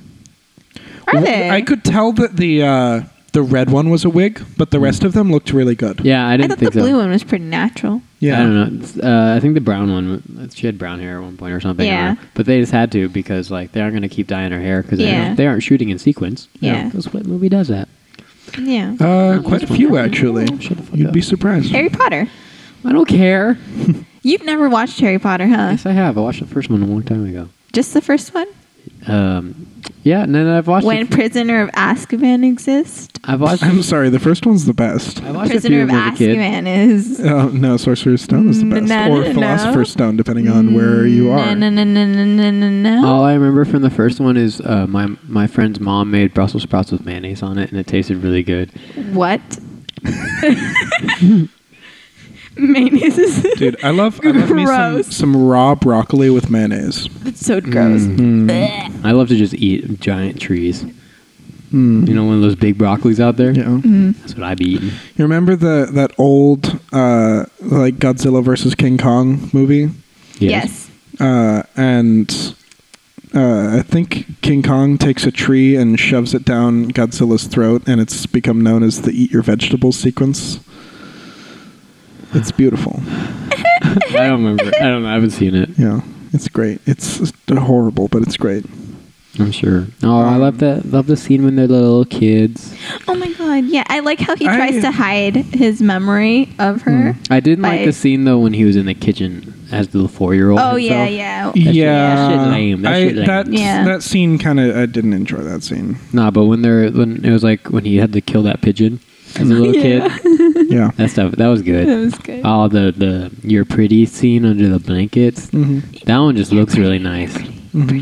B: Are they?
C: I could tell that the uh, the red one was a wig, but the rest of them looked really good.
A: Yeah, I
B: I
A: didn't
B: thought the
A: think so.
B: blue one was pretty natural.
A: I don't know. It's, Uh, I think the brown one. She had brown hair at one point or something. I don't
B: Yeah.
A: know. But they just had to because like they aren't going to keep dyeing her hair because
B: Yeah.
A: they aren't shooting in sequence.
B: Yeah.
A: Because what movie does that?
B: Yeah.
C: Uh, quite a few actually.
A: Shut the fuck
C: You'd
A: up.
C: be surprised.
B: Harry Potter.
A: I don't care.
B: You've never watched Harry Potter, huh?
A: yes, I have. I watched the first one a long time ago.
B: Just the first one?
A: Um, yeah, and then I've watched.
B: When
A: it,
B: Prisoner of Azkaban exists?
A: I've
B: <laughs>
A: watched.
C: I'm sorry, the first one's the best.
A: I watched a few
B: Prisoner
A: of
B: of
A: them as a kid.
B: Azkaban is.
C: Uh, no, Sorcerer's Stone is the
B: Mm,
C: best,
B: no,
C: or
B: no, Mm, no.
C: Philosopher's Stone, depending on where you are.
B: No, no, no, no, no, no, no,
A: All
B: no.
A: I remember from the first one is uh, my my friend's mom made Brussels sprouts with mayonnaise on it, and it tasted really good.
B: What?
A: <laughs>
B: Mayonnaise is.
C: Dude, I love I love me some,
B: Gross.
C: some raw broccoli with mayonnaise.
B: It's so gross.
A: Mm-hmm.
B: Blech.
A: I love to just eat giant trees.
C: Mm.
A: You know, one of those big broccolis out there.
C: Yeah.
B: Mm. Mm-hmm.
A: That's what I be eating.
C: You remember the that old uh, like Godzilla versus King Kong movie?
B: Yes.
C: Uh, and uh, I think King Kong takes a tree and shoves it down Godzilla's throat, and it's become known as the "Eat Your Vegetables" sequence. It's beautiful.
A: <laughs> I don't remember. I don't know. I haven't seen it.
C: Yeah, it's great. It's horrible, but it's great.
A: I'm sure. Oh, I love that. Love the scene when they're little kids.
B: Oh my god. Yeah, I like how he
C: I-
B: tries to hide his memory of her.
A: I didn't like
B: Like-
A: the scene though when he was in the kitchen as the four year old.
B: Oh, yeah, yeah.
A: shit- that shit lame. That
C: I-
A: shit lame.
C: that-
B: Yeah.
C: that scene kind of. I didn't enjoy that scene.
A: Nah, but when they're when it was like when he had to kill that pigeon
B: <laughs>
A: as a little
B: Yeah.
A: kid.
C: <laughs> Yeah.
A: That stuff that was
B: That
A: good.
B: was good.
A: Oh, the the your pretty scene under the blankets.
C: hmm
A: That one just looks really nice.
C: hmm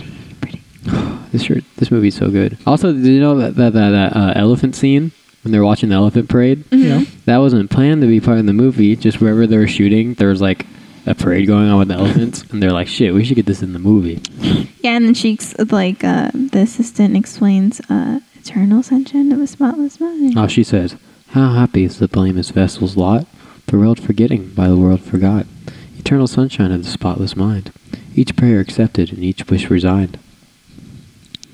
A: This shirt, this movie's so good. Also, did you know that that that, that uh, elephant scene when they're watching the elephant parade?
C: Yeah.
A: That wasn't planned to be part of the movie. Just wherever they were shooting, there was like a parade going on with the <laughs> elephants, and they're like, "Shit, we should get this in the movie."
B: Yeah, and then she ex- like uh, the assistant explains uh, eternal sunshine of a spotless mind.
A: Oh, she says, "How happy is the blameless vessel's lot, the world forgetting by the world forgot, eternal sunshine of the spotless mind, each prayer accepted and each wish resigned."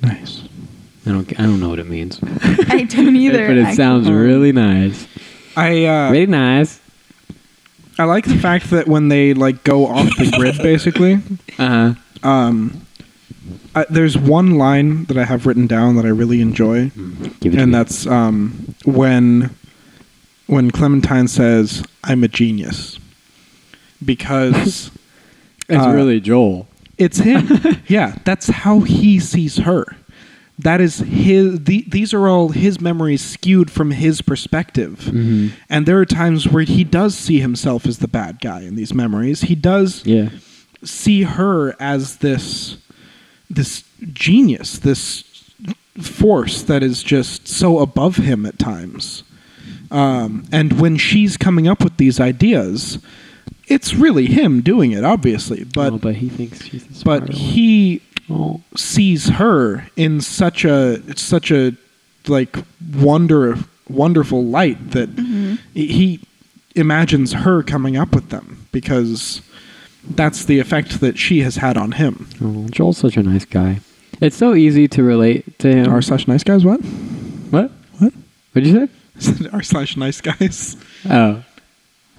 C: Nice.
A: I don't. I don't know what it means, <laughs> but
B: <laughs> I don't either.
A: it sounds
B: actually.
A: really nice.
C: I uh,
A: Really nice.
C: I like the fact that when they like go off the <laughs> grid, basically,
A: Uh huh.
C: um, I, there's one line that I have written down that I really enjoy,
A: Give it to me.
C: and that's um, when when Clementine says, "I'm a genius," <laughs> because
A: it's
C: uh,
A: really Joel.
C: It's him. yeah, that's how he sees her. That is his. The, these are all his memories skewed from his perspective. And there are times where he does see himself as the bad guy in these memories. He does
A: Yeah.
C: see her as this this genius, this force that is just so above him at times. Um, and when she's coming up with these ideas, it's really him doing it, obviously. But
A: oh, but he thinks she's the
C: but
A: smarter
C: he
A: one. Oh.
C: sees her in such a such a like wonder wonderful light that he- he imagines her coming up with them because that's the effect that she has had on him.
A: oh, Joel's such a nice guy. It's so easy to relate to <laughs> him.
C: R slash nice guys what?
A: what?
C: <laughs> What?
A: What'd you say?
C: R slash nice guys.
A: Oh.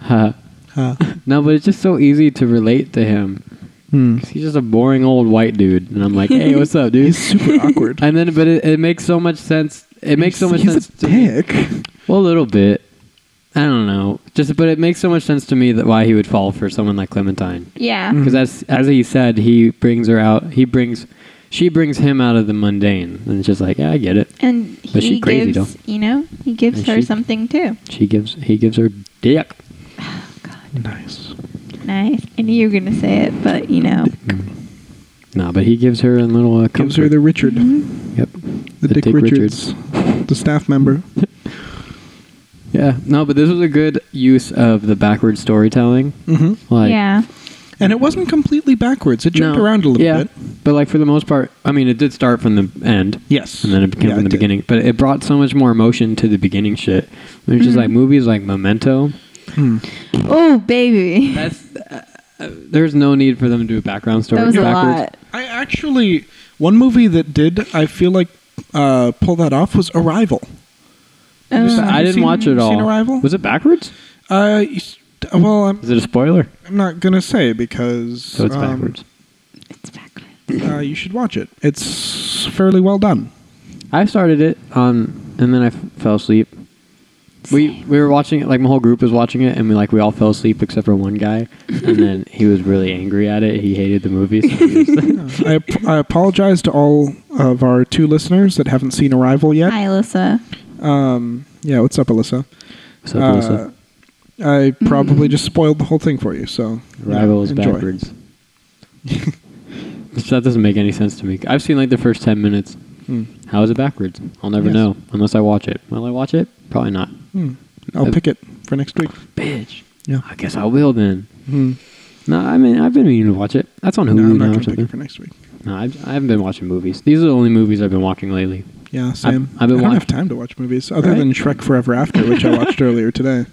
A: Huh.
C: <laughs> Huh.
A: No, but it's just so easy to relate to him.
C: Hmm.
A: 'Cause He's just a boring old white dude, and I'm like,
C: <laughs>
A: hey, what's up, dude?
C: He's super awkward. <laughs>
A: And then, but it, it makes so much sense. It makes so much
C: He's
A: sense.
C: a
A: to me.
C: dick.
A: Well, a little bit. I don't know. Just, but it makes so much sense to me that why he would fall for someone like Clementine.
B: Yeah.
C: Mm. Mm-hmm.
A: Because as as he said, he brings her out. He brings, she brings him out of the mundane, and it's just like, yeah, I get it.
B: And he
A: But she crazy,
B: gives, you know, he gives
A: And
B: her
A: she-
B: something too.
A: She gives, he gives her dick.
C: Nice.
B: Nice. I knew you were gonna say it, but you know,
A: No, but he gives her a little uh,
C: Gives her
A: comfort.
C: the Richard,
B: Mm-hmm.
A: yep.
C: the, Dick, Richards, the staff <laughs> member.
A: Yeah. No, but this was a good use of the backward storytelling.
C: hmm
A: Like,
B: yeah.
C: And it wasn't completely backwards. It jumped
A: No.
C: around a little
A: yeah,
C: bit.
A: But like for the most part, I mean, it did start from the end.
C: Yes.
A: And then it became
C: Yeah,
A: from the
C: it did.
A: beginning. But it brought so much more emotion to the beginning shit. It was just like
B: Mm-hmm.
A: movies like Memento.
C: Hmm.
B: Oh baby,
A: That's uh, uh, there's no need for them to do a background story
B: that was a
A: backwards.
B: lot.
C: I actually one movie that did I feel like uh, pull that off was Arrival.
B: Oh.
A: I
C: you
A: didn't
C: seen-
A: watch it all.
C: seen Arrival?
A: Was it backwards?
C: Uh, you s- well, I'm,
A: Is it a spoiler?
C: I'm not gonna say because
A: So it's
C: um,
A: backwards.
B: it's backwards.
C: Uh, you should watch it. It's fairly well done.
A: I started it on, and then I f- fell asleep. We we were watching it like my whole group was watching it, and we like we all fell asleep except for one
C: <laughs>
A: guy, and then he was really angry at it. He hated the movie. So he was-
C: I, ap- I apologize to all of our two listeners that haven't seen Arrival yet.
B: Hi, Alyssa.
C: Um, yeah, what's up, Alyssa?
A: so
C: Uh,
A: Alyssa,
C: I probably just spoiled the whole thing for you. So
A: Arrival
C: yeah,
A: is
C: enjoy.
A: backwards. <laughs> so that doesn't make any sense to me. I've seen like the first ten minutes.
C: Hmm.
A: How is it backwards? I'll never
C: Yes.
A: know unless I watch it. Will I watch it? Probably not.
C: Hmm. I'll
A: Uh,
C: pick it for next week.
A: Bitch.
C: Yeah.
A: I guess I will then.
C: Hmm.
A: No, I mean I've been meaning to watch it. That's on Hulu
C: No, I'm
A: now or
C: not gonna pick
A: something.
C: it for next week.
A: No, I've, I haven't been watching movies. These are the only movies I've been watching lately.
C: Yeah, same.
A: I've been
C: I don't
A: watch-
C: have time to watch movies other
A: Right?
C: than Shrek Forever After, which
A: <laughs>
C: I watched earlier today,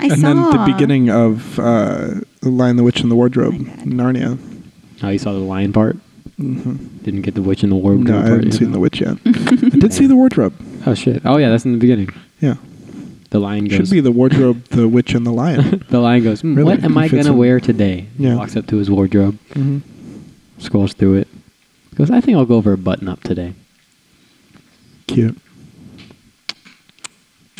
B: I
C: and
B: saw.
C: then the beginning of uh, The Lion, the Witch, and the Wardrobe,
B: Oh my God.
C: Narnia.
A: Oh, you saw the lion part?
C: hmm
A: Didn't get the witch in the wardrobe
C: No, I
A: part?
C: haven't
A: yet?
C: seen The
B: <laughs>
C: Witch yet. I did see The Wardrobe.
A: Oh shit! Oh yeah, that's in the beginning.
C: Yeah,
A: The lion goes.
C: should be The Wardrobe, The Witch, and the
A: <laughs>
C: Lion.
A: the lion goes. "Hmm,
C: Really?
A: What am I
C: Fits
A: gonna
C: in.
A: wear today? He
C: Yeah.
A: Walks up to his wardrobe,
C: hmm
A: scrolls through it, goes. I think I'll go over a button up today.
C: Cute.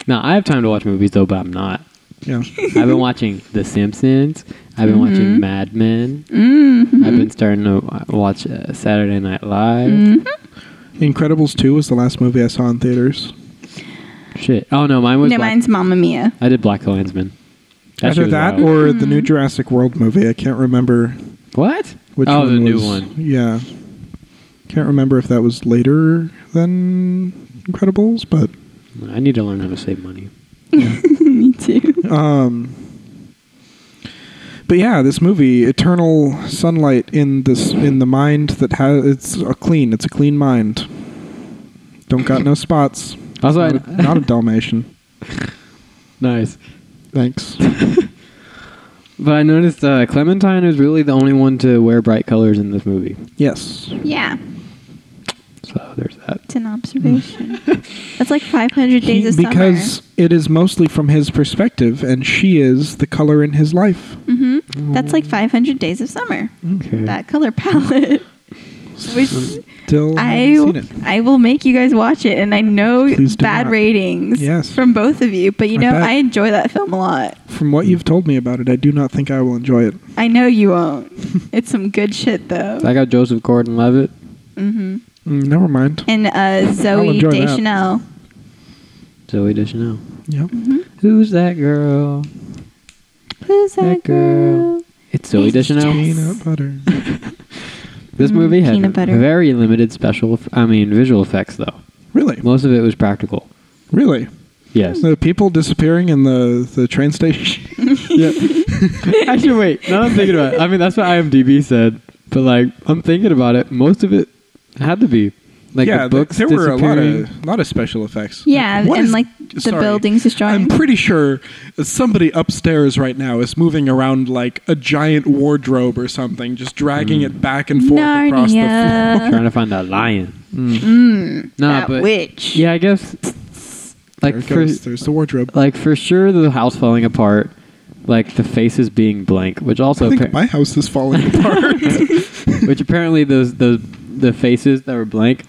A: Now I have time to watch movies though, but I'm not.
C: Yeah,
A: I've been watching The Simpsons. I've been
B: Mm-hmm.
A: watching Mad Men. I've been starting to wa- watch uh, Saturday Night Live.
B: Mm-hmm.
C: Incredibles two was the last movie I saw in theaters.
A: Shit. Oh no, mine was.
B: No,
A: Black-
B: mine's Mamma
C: <laughs>
B: Mia.
A: I did Black Klansman.
C: Either that or the new Jurassic World movie. I can't remember
A: what?
C: which
A: oh,
C: one
A: the
C: was-
A: new one.
C: Yeah, can't remember if that was later than Incredibles, but.
A: I need to learn how to save money.
B: Me too.
C: Um, but yeah, this movie, Eternal Sunlight in this in the mind that has it's a clean, it's a clean mind. Don't got no spots.
A: Also, I,
C: Not a, not a Dalmatian.
A: nice. <laughs>
C: Thanks.
A: But I noticed uh, Clementine is really the only one to wear bright colors in this movie.
C: Yes.
B: Yeah.
A: So there's that.
B: an observation. That's like 500 days
C: He-
B: of summer.
C: because it is mostly from his perspective, and she is the color in his life. Mm,
B: hmm That's like 500 days of summer.
D: Okay.
B: That color
C: <laughs>
B: palette. Which
C: Still
B: I,
C: haven't seen it.
B: I will make you guys watch it, and I know
C: Please do
B: bad
C: not.
B: ratings
C: Yes.
B: from both of you, but you
C: I
B: know,
C: bet.
B: I enjoy that film a lot.
C: From what you've told me about it, I do not think I will enjoy it.
B: I know you
C: <laughs>
B: won't. it's some good shit, though.
D: I got Joseph Gordon-Levitt.
B: hmm
C: Mm, never mind.
B: And uh, Zoe
C: enjoy that.
B: Deschanel. Mm-hmm.
D: Zoe Deschanel.
C: Yep.
D: Who's that girl?
B: Who's that
D: That
B: girl?
D: girl. It's Zoe Deschanel.
C: Peanut butter.
D: This
B: Mm,
D: movie had
B: peanut butter.
D: very limited special, f- I mean, visual effects though.
C: Really?
D: Most of it was practical.
C: Really?
D: Yes.
C: The people disappearing in the, the train station?
D: yeah. <laughs> Actually, wait. Now that I'm thinking about it. I mean, that's what IMDb said, but like, I'm thinking about it. Most of it had to be like
C: yeah,
D: the books
C: there were a lot
D: disappearing.
C: of lot of special effects.
B: Yeah,
C: What
B: and
C: is-
B: like the
C: sorry.
B: buildings destroyed.
C: I'm pretty sure somebody upstairs right now is moving around like a giant wardrobe or something, just dragging it back and forth across the floor.
B: Narnia.
D: trying to find that lion.
B: Mm,
D: Nah,
B: that
D: but-
B: witch.
D: Yeah, I guess. Like
C: There it
D: for
C: goes. There's the wardrobe.
D: like for sure, the house falling apart, like the faces being blank, which also
C: I think
D: appa-
C: my house is falling <laughs> apart.
D: which apparently those those the faces that were blank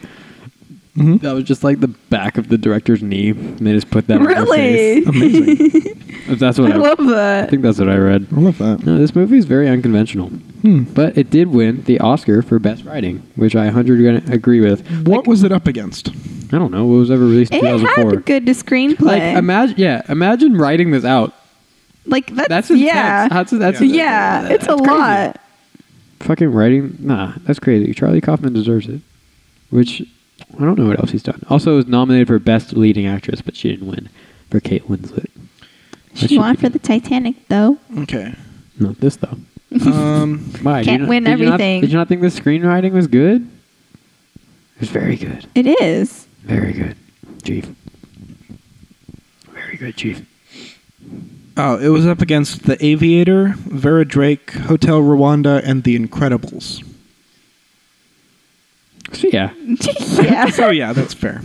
C: Mhm.
D: that was just like the back of the director's knee and they just put that on their
B: Really?
D: face.
C: Amazing. <laughs>
D: If that's what
B: I
D: I,
B: love
D: I
B: that.
D: think that's what I read
C: I love that.
D: no this movie is very unconventional
C: Hmm.
D: but it did win the Oscar for best writing which I 100% agree with
C: What was it up against?
D: I don't know what was ever released in
B: It had
D: 2004
B: good to screenplay.
D: like imagine yeah imagine writing this out
B: Like, that's,
D: that's intense
B: yeah.
D: that's, that's
C: Yeah.
B: yeah, it's a
D: crazy.
B: lot.
D: fucking writing nah that's crazy Charlie Kaufman deserves it which I don't know what else he's done also was nominated for best leading actress but she didn't win for Kate Winslet That
B: She
D: should
B: won
D: be
B: for the Titanic, though.
C: <laughs> Okay.
D: Not this though.
C: Um,
D: Why?
B: Can't
D: you not-
B: win
D: did you not-
B: everything.
D: did you not think the screenwriting was good? It was very good.
B: It is. <laughs>
D: Very good, Chief. Very good, Chief.
C: oh, it was up against The Aviator, Vera Drake, Hotel Rwanda, and The Incredibles.
D: So yeah,
B: yeah.
C: So yeah, that's fair.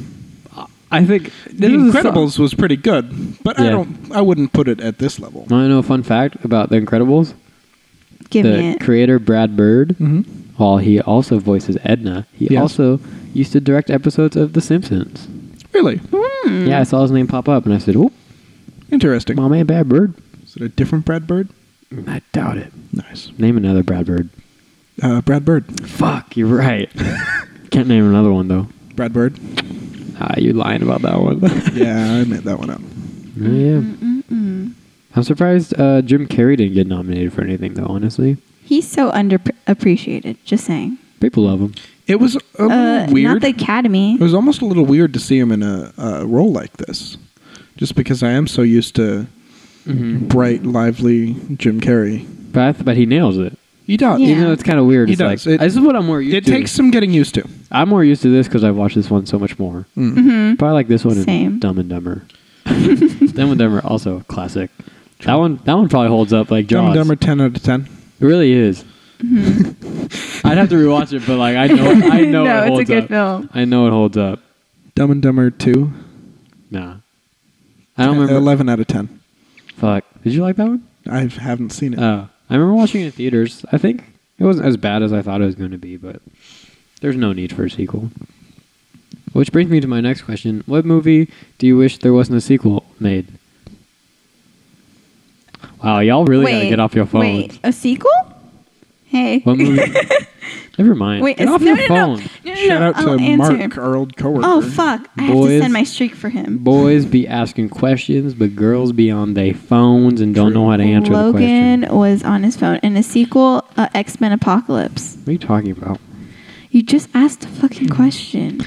D: I think
C: The Incredibles was pretty good, but I
D: Yeah.
C: don't. I wouldn't put it at this level.
D: Want to know a fun fact about the Incredibles?
B: Give
D: the
B: me it.
D: creator Brad Bird,
C: Mm-hmm.
D: while he also voices Edna, he
C: Yes.
D: also used to direct episodes of The Simpsons.
C: Really
B: Hmm.
D: Yeah, I saw his name pop up, and I said, "Oh,
C: interesting.
D: my man, Brad Bird."
C: Is it a different Brad Bird?
D: I doubt it.
C: Nice.
D: Name another Brad Bird.
C: Uh, Brad Bird.
D: Fuck, you're right. Can't name another one though.
C: Brad <laughs> Bird.
D: Ah, you lying about that one.
C: Yeah, I made that one up.
D: <laughs> yeah.
B: Mm-mm.
D: I'm surprised uh, Jim Carrey didn't get nominated for anything though. Honestly,
B: He's so underappreciated. Just saying.
D: people love him.
C: It was a
B: Uh,
C: little weird.
B: Not the Academy.
C: it was almost a little weird to see him in a, a role like this, just because I am so used to bright, lively Jim Carrey.
D: But I th- but he nails it.
C: He does.
B: Yeah.
D: You know, it's kind of weird.
C: He
D: it's
C: does.
D: like
C: It-
D: this is what I'm more used
C: It
D: to.
C: takes some getting used to.
D: I'm more used to this because I've watched this one so much more.
C: Mm.
B: hmm
D: But I like this one
B: Same.
D: and Dumb and
B: <laughs>
D: Dumber. Dumb and Dumber also a classic. That one that one probably holds up like
C: Dumb
D: Jaws.
C: and Dumber ten out of ten.
D: It really is. <laughs> I'd have to rewatch it, but like I
B: <laughs>
D: know I know
B: Mm-hmm. no,
D: it holds
B: it's a good
D: up.
B: film.
D: I know it holds up.
C: Dumb and Dumber two.
D: Nah. I don't remember.
C: Eleven out of ten.
D: Fuck. Did you like that one?
C: I haven't seen it.
D: Oh. I remember watching it in theaters. I think it wasn't as bad as I thought it was going to be, but there's no need for a sequel. Which brings me to my next question. What movie do you wish there wasn't a sequel made? Wow, y'all really gotta
B: Wait,
D: get off your phones.
B: Wait, a sequel? Hey.
D: What movie? Never mind.
B: <laughs> Wait,
D: get
B: it's-
D: off
B: no,
D: your
B: no, no,
D: phone.
B: No, no,
C: Shout
B: no,
C: out
B: I'll
C: to
B: answer.
C: Mark, our old coworker.
B: Oh fuck! I have to
D: Boys-
B: send my streak for him.
D: Boys be asking questions, but girls be on their phones and don't know how to answer the
B: Logan
D: question.
B: was on his phone, and the sequel, uh, X Men Apocalypse.
D: What are you talking about? <sighs>
B: You just asked a fucking question,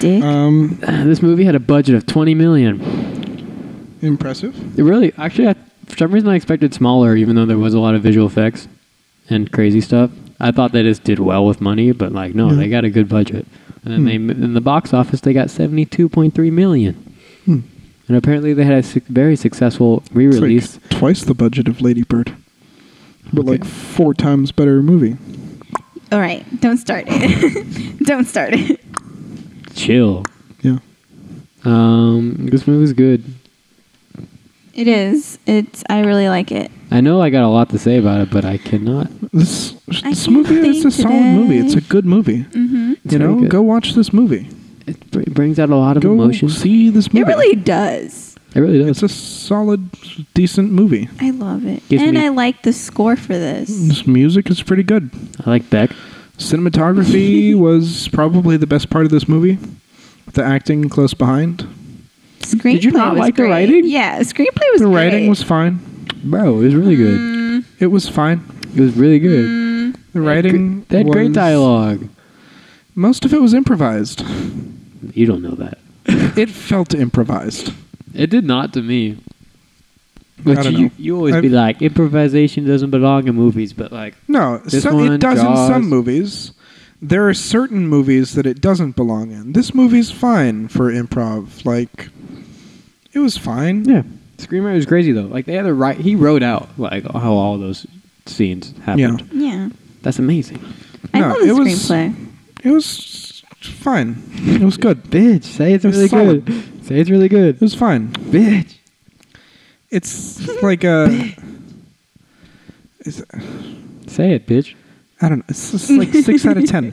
B: Dick.
C: Um,
D: This movie had a budget of 20 million.
C: impressive.
D: It really, actually, I, for some reason, I expected smaller, even though there was a lot of visual effects and crazy stuff. I thought they just did well with money, but like, no,
C: Yeah.
D: they got a good budget, and then they in the box office they got seventy two point three million,
C: Hmm.
D: and apparently they had a su- very successful re
C: It's like
D: release.
C: twice the budget of Lady Bird, but
D: Okay.
C: like four times better movie.
B: <laughs> All right, don't start it. don't start it.
D: chill.
C: Yeah.
D: Um, this movie's good.
B: It is. It's. I really like it.
D: I know I got a lot to say about it, but I cannot.
C: This
B: I
C: this
B: can't
C: movie is a
B: think
C: solid movie. It's a
B: today.
C: good movie.
B: Mm-hmm.
D: It's
C: you
D: very
C: know,
D: good.
C: go watch this movie.
D: It br- brings out a lot of
C: Go
D: emotions.
C: see this movie.
B: It really does.
D: It really
C: It's
D: does.
C: a solid, decent movie.
B: I love it.
D: Gives
B: and
D: me- Mm.
B: I like the score for this.
C: This music is pretty good.
D: I like Beck.
B: <laughs>
C: Cinematography was probably the best part of this movie. The acting close behind.
B: Screenplay
D: you not
B: was
D: like the
B: great.
D: writing?
B: Yeah, screenplay was
C: the
B: great.
C: writing was fine.
D: Bro, it was really good.
B: Mm.
C: It was fine.
D: It was really good.
C: The writing.
D: They had great
C: was-
D: dialogue.
C: Most of it was improvised.
D: You don't know that.
C: it felt improvised.
D: It did not to me.
C: I
D: But
C: don't
D: you,
C: know.
D: you always
C: I've-
D: be like, improvisation doesn't belong in movies, but like,
C: No,
D: This
C: so,
D: one,
C: it does
D: Jaws.
C: in some movies. There are certain movies that it doesn't belong in. This movie's fine for improv. Like, it was fine.
D: yeah. Screamer was crazy though. Like they had the right. He wrote out like how all those scenes happened.
B: Yeah.
D: That's amazing.
B: I
C: No,
B: love the
C: it was-
B: screenplay.
C: It was fine. It was good.
D: Bitch, say it's
C: It was
D: really
C: solid.
D: good. Say it's really good.
C: It was fine.
D: Bitch.
C: It's like a. It's,
D: Say it, bitch.
C: I don't know. It's just like six out of ten.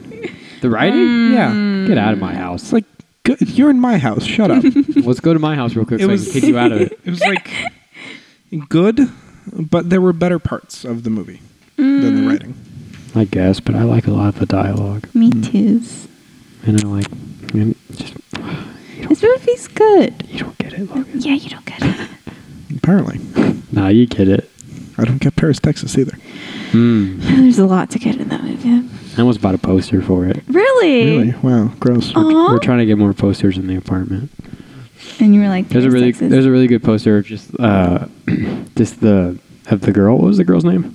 D: The writing?
C: Yeah,
D: Get out of my
C: it's
D: house.
C: like good. you're in my house. Shut
D: <laughs>
C: up. It
D: Let's go to my house real quick <laughs>
C: It
D: so I
C: was-
D: can kick you out of it.
C: was like good, but there were better parts of the movie than
B: Mm.
C: the writing.
D: I guess, but I like a lot of the dialogue.
B: Me too.
D: And I like, I mean, just,
B: This movie's good.
D: you don't get it, Logan.
B: Yeah, you don't get it.
C: Apparently,
D: Nah, you get it.
C: I don't get Paris, Texas either.
D: <laughs>
B: <laughs>
D: Mm.
B: There's a lot to get in that movie.
D: I almost bought a poster for it.
B: Really?
C: Really? Wow, gross.
B: Aw.
D: We're trying to get more posters in the apartment.
B: And you were like,
D: There's a
B: "Paris,
D: really,
B: Texas."
D: there's a really good poster of just, uh, <clears throat> just the of the girl. What was the girl's name?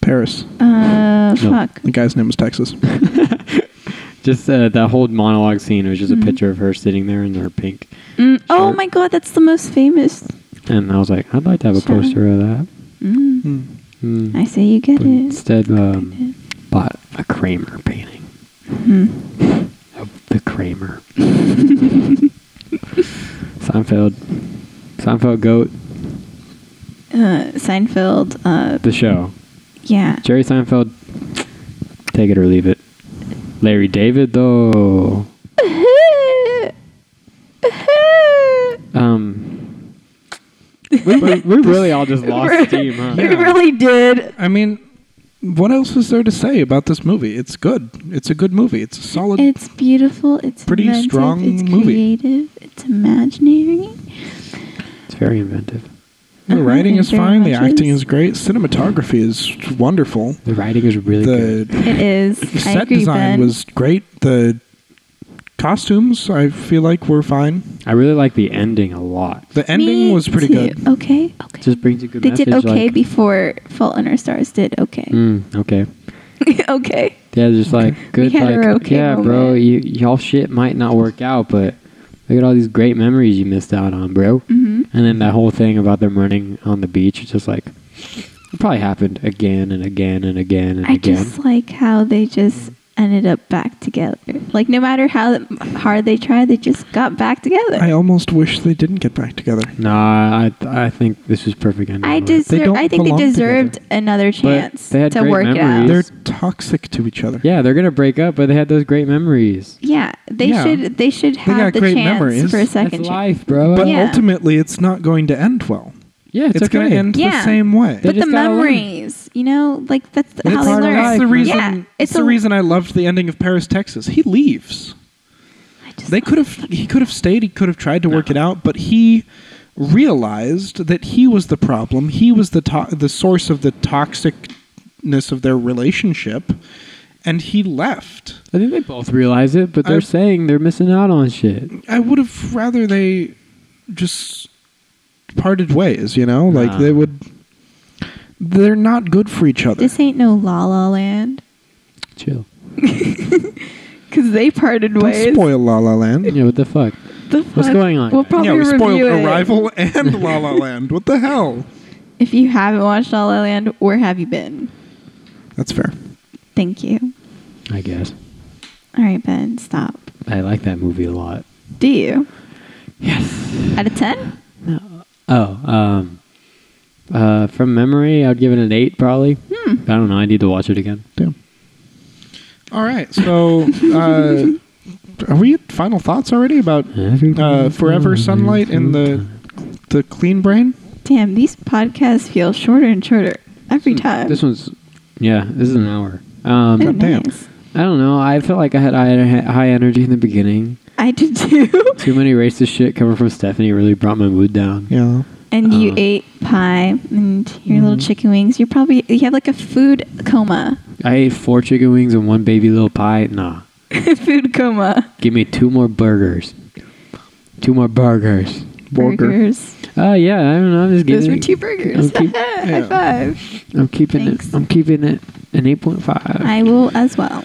C: Paris.
B: uh, fuck.
C: The guy's name was Texas. <laughs>
D: Just uh, that whole monologue scene. It was just a picture of her sitting there in her pink,
B: Mm, oh
D: Sure.
B: my god, that's the most famous.
D: and I was like, I'd like to have a
B: Sure.
D: poster of that.
B: Mm,
C: Hmm.
D: Mm.
B: I say you get
D: But
B: it.
D: instead, um, bought a Kramer painting
B: Mm.
D: of the Kramer. Seinfeld, Seinfeld goat.
B: Uh, Seinfeld. Uh,
D: The show.
B: yeah. <laughs>
D: Jerry Seinfeld. Take it or leave it. Larry David though. Um, we,
B: <laughs>
D: we, we really all just
B: We're-
D: lost steam, huh?
B: We really did.
C: I mean, what else is there to say about this movie? It's good. It's a good movie. It's a solid.
B: It's beautiful. It's
C: Pretty
B: inventive,
C: strong
B: It's
C: movie.
B: creative. It's imaginary.
D: It's very inventive.
C: the
B: Uh-huh,
C: writing
B: it
C: is
B: very
C: fine. The
B: much
C: acting
B: is.
C: is great. Cinematography is wonderful.
D: The writing is really good.
C: The
B: It is. I
C: <laughs> set
B: agree,
C: design
B: Ben.
C: was great. The costumes, I feel like, were fine.
D: I really like the ending a lot.
C: The ending
B: Me
C: was pretty
B: too. Oh,
C: good.
B: Okay. Okay.
D: Just brings a good
B: they
D: message.
B: did okay
D: like-
B: before Fault in Our Stars did okay.
D: Mm, okay.
B: <laughs> okay.
D: Yeah, just like good,
B: had
D: like
B: our okay
D: yeah, bro.
B: moment.
D: You y'all shit might not work out, but look at all these great memories you missed out on, bro.
B: hmm
D: And then that whole thing about them running on the beach, it's just like it probably happened again and again and again and
B: I
D: again.
B: just like how they just ended up back together. Like no matter how hard they tried, they just got back together.
C: I almost wish they didn't get back together.
D: nah, I I think this was perfect. ending
B: I
D: for it.
B: deserve.
C: don't
B: I think they
C: belong
B: deserved another chance
D: they had
B: to
D: great
B: work it out.
D: memories.
C: They're toxic to each other.
D: Yeah, they're gonna break up, but they had those great memories.
B: yeah, they
C: Yeah.
B: should. They should
C: got
B: have the
C: great
B: chance
C: memories.
B: for a
C: That's
B: second
D: That's
B: chance.
D: life, bro.
C: But
B: Yeah.
C: ultimately, it's not going to end well.
D: yeah, it's,
C: It's,
D: okay.
C: going to end
B: Yeah.
C: the same way.
D: They
B: But the
D: just gotta learn.
B: memories, you know, like that's
D: It's
B: how they
D: part of
B: learn.
D: life,
C: That's the
D: man.
C: reason.
B: Yeah,
C: it's the
B: a-
C: reason I loved the ending of Paris, Texas. He leaves.
B: I just
C: They
B: love
C: could have. He could have stayed. He could have tried to work it out, but he realized that he was the problem. He was the to- the source of the toxicness of their relationship, and he left.
D: I think they both realize it, but they're
C: I-
D: saying they're missing out on shit.
C: I would have rather they just parted ways. You know, like
D: Nah.
C: they would. They're not good for each other.
B: This ain't no La La Land
D: Chill.
B: because they parted
C: Don't
B: ways.
C: spoil La La Land.
D: Yeah, what the fuck?
B: The
D: What's
B: fuck?
D: going on?
B: We'll probably
C: Yeah, we spoiled
B: review it.
C: <laughs> Arrival and La La Land. What the hell?
B: If you haven't watched La La Land, where have you been?
C: That's fair.
B: Thank you.
D: I guess.
B: All right, Ben, stop.
D: I like that movie a lot.
B: Do you?
D: Yes.
B: Out of 10?
D: Oh, um, uh, from memory, I'd give it an eight probably.
B: Hmm.
D: I don't know. I need to watch it again.
C: Damn. All right. So, <laughs> uh, are we at final thoughts already about uh, Forever Sunlight and the the Clean Brain?
B: Damn, these podcasts feel shorter and shorter every time.
D: This one's yeah. This is an hour. Um,
B: Oh,
C: God damn.
B: nice.
D: I don't know. I felt like I had high, high energy in the beginning.
B: I did too.
D: Too many racist shit coming from Stephanie really brought my mood down.
C: Yeah.
B: and you
D: Uh.
B: ate pie and your little chicken wings. You're probably, you had like a food coma. <laughs>
D: I ate four chicken wings and one baby little pie. Nah.
B: food coma.
D: Give me two more burgers. Two more burgers.
B: Burgers.
D: Uh, yeah, I don't know. I'm just
B: Those
D: getting
B: were two burgers.
D: Okay.
B: <laughs> High five.
D: I'm keeping
B: Thanks.
D: it. I'm keeping it an 8.5.
B: I will as well.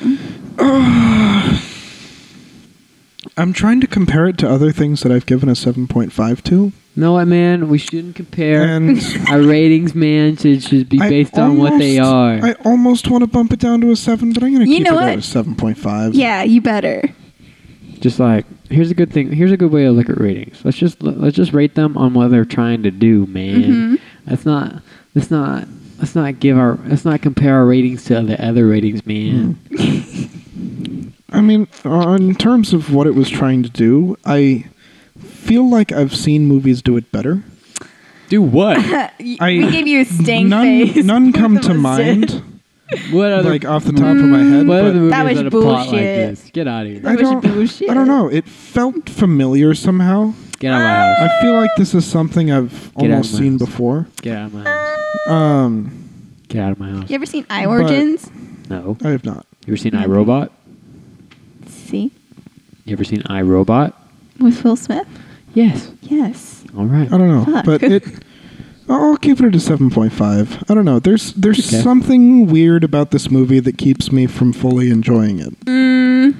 C: I'm trying to compare it to other things that I've given a 7.5 to.
D: know what, man? We shouldn't compare.
C: And
D: Our ratings, man, should, should be
C: I
D: based on what they are.
C: almost- I almost want to bump it down to a 7, but I'm going to
B: You
C: keep
B: know
C: it
B: what?
C: at a 7.5.
B: Yeah, you better. <laughs>
D: just like here's a good thing. Here's a good way to look at ratings. Let's just let's just rate them on what they're trying to do, man.
B: Mhm.
D: That's not. Let's not. Let's not give our. Let's not compare our ratings to the other ratings, man.
B: Mm.
C: I mean, uh, in terms of what it was trying to do, I feel like I've seen movies do it better.
D: Do what?
C: I-
B: we gave you a stink
C: none,
B: face. <laughs>
C: none come
B: Both of
C: to
B: us did.
C: mind,
D: <laughs> what other?
C: like off the top of my head.
D: what other
C: but
D: movies
B: That was
D: had a plot like
B: bullshit.
D: this? Get out of here.
C: I
B: That was
C: don't,
B: bullshit.
C: I don't know. It felt familiar somehow.
D: Get out of my house.
C: I feel like this is something I've
D: Get out
C: almost
D: of my
C: seen
D: house.
C: before.
D: Get out of my
B: <laughs>
D: house.
C: Um,
D: Get out of my house.
B: You ever seen Eye Origins?
D: No.
C: I have not.
D: You ever seen iRobot?
B: See?
D: You ever seen iRobot?
B: With Will Smith?
D: Yes.
B: Yes.
D: All right.
C: I don't know,
B: Fuck.
C: but it. I'll I'll keep it at a seven point five. I don't know. There's there's
D: Okay.
C: something weird about this movie that keeps me from fully enjoying it.
B: Mm,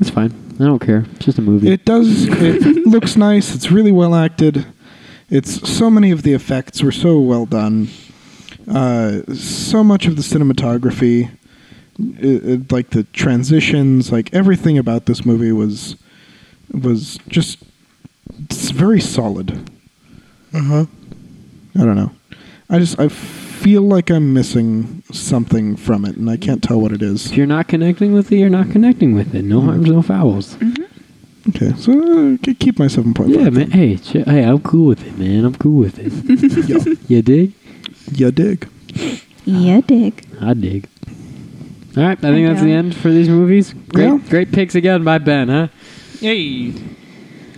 D: It's fine. I don't care. It's just a movie.
C: It does. It <laughs> looks nice. It's really well acted. It's so many of the effects were so well done. Uh, so much of the cinematography, it, it- like the transitions, like everything about this movie was was just it's very solid. Uh
D: Uh-huh.
C: huh. I don't know. I just I feel like I'm missing something from it, and I can't tell what it is.
D: if you're not connecting with it, you're not connecting with it.
C: Mm.
D: No harms, no fouls.
C: Okay, so uh, k- keep my seven point five. <laughs>
D: Yeah, man. Hey, ch- hey, I'm cool with it, man. I'm cool with it. <laughs>
C: Yo,
D: you dig?
C: ya dig. Ah.
B: yeah, dig.
D: I dig. All right, I think
B: I
D: that's the
B: don't.
D: end for these movies. Great,
C: Yeah.
D: great picks again by Ben, huh?
C: Yay.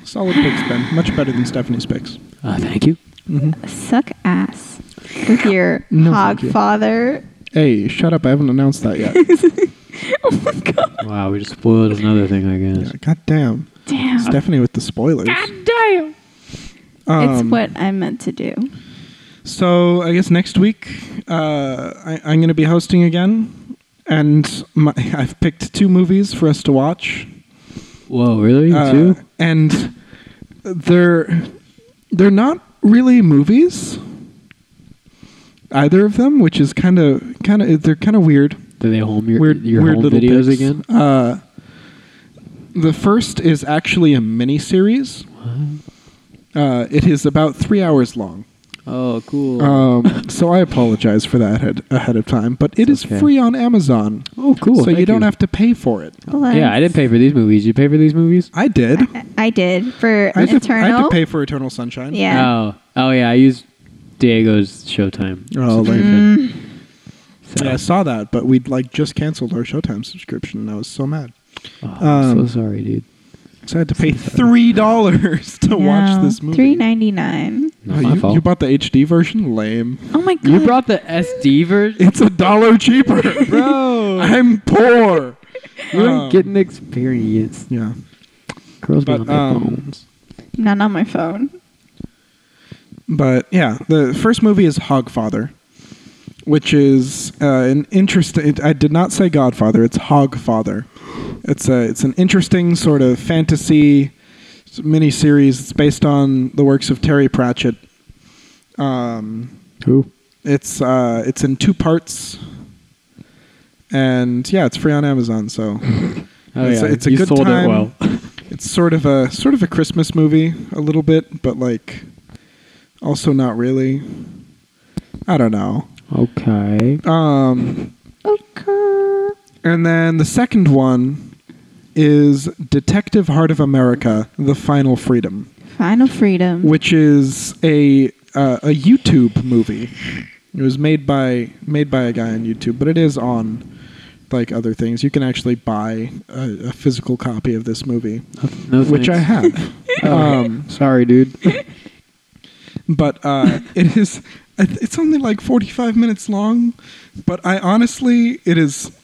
C: Solid picks, Ben. Much better than Stephanie's picks. Mm-hmm.
D: Uh, thank you.
B: Suck ass with your
C: No,
B: hog
C: thank you.
B: father. <laughs>
C: Hey, shut up. I haven't announced that yet.
B: Oh my god.
D: Wow, we just spoiled another thing, I
C: yeah,
D: guess.
C: God damn.
B: Damn.
C: Stephanie with the spoilers.
B: damn. it's
C: Um,
B: what I meant to do.
C: So I guess next week uh, I, I'm going to be hosting again. And my, <laughs> I've picked two movies for us to watch.
D: Whoa, really?
C: Uh,
D: Two?
C: And they're they're not really movies. Either of them, which is kind of kind of they're kind of weird.
D: Did they home your
C: weird,
D: your
C: weird
D: home
C: little
D: videos
C: picks.
D: again?
C: Uh, the first is actually a mini series. Uh, it is about three hours long.
D: Oh, cool. <laughs>
C: Um, so I apologize for that ahead, ahead of time, but it is
D: okay.
C: free on Amazon.
D: oh, cool.
C: so
D: thank
C: you don't have to pay for it.
D: Yeah, I didn't pay for these movies. You pay for these movies?
C: I did.
B: I did for
C: I had, to,
B: Uh,
C: I
B: Eternal.
C: had to pay for Eternal Sunshine.
B: Yeah.
D: Oh, oh yeah. I used Diego's Showtime.
C: Oh,
D: subscription. So,
C: Yeah, I saw that, but we'd like just canceled our Showtime subscription, and I was so mad.
D: oh, I'm
C: um,
D: so sorry, dude.
C: So I had to
D: <laughs>
C: pay three dollars <laughs> to watch this movie.
B: Three ninety nine.
D: Not
C: Oh,
D: my
C: you,
D: fault.
C: you bought the HD version? Lame.
B: Oh my god.
D: You brought the SD version,
C: It's a dollar cheaper,
D: bro.
C: <laughs> I'm poor.
D: you
C: Um,
D: ain't getting experience.
C: Yeah.
D: Girls
C: but,
D: but, on their
C: um,
D: phones.
B: Not on my phone.
C: But yeah, the first movie is Hogfather, which is uh, an interesting. I did not say Godfather. It's Hogfather. It's a it's an interesting sort of fantasy mini series. It's based on the works of Terry Pratchett. Um,
D: Who?
C: it's uh, it's in two parts, and yeah, it's free on Amazon. So
D: <laughs> Oh,
C: it's,
D: yeah.
C: a, it's a
D: you
C: good
D: sold
C: time.
D: it well.
C: It's sort of a sort of a Christmas movie a little bit, but like also not really. I don't know.
D: okay.
C: Um,
B: Oh, Okay.
C: and then the second one is Detective Heart of America: The Final Freedom.
B: Final freedom.
C: which is a uh, a YouTube movie. It was made by made by a guy on YouTube, but it is on like other things. You can actually buy a, a physical copy of this movie,
D: No
C: which I
D: thanks.
C: have. um,
D: Sorry, dude.
C: but uh, <laughs> it is it's only like 45 minutes long but i honestly it is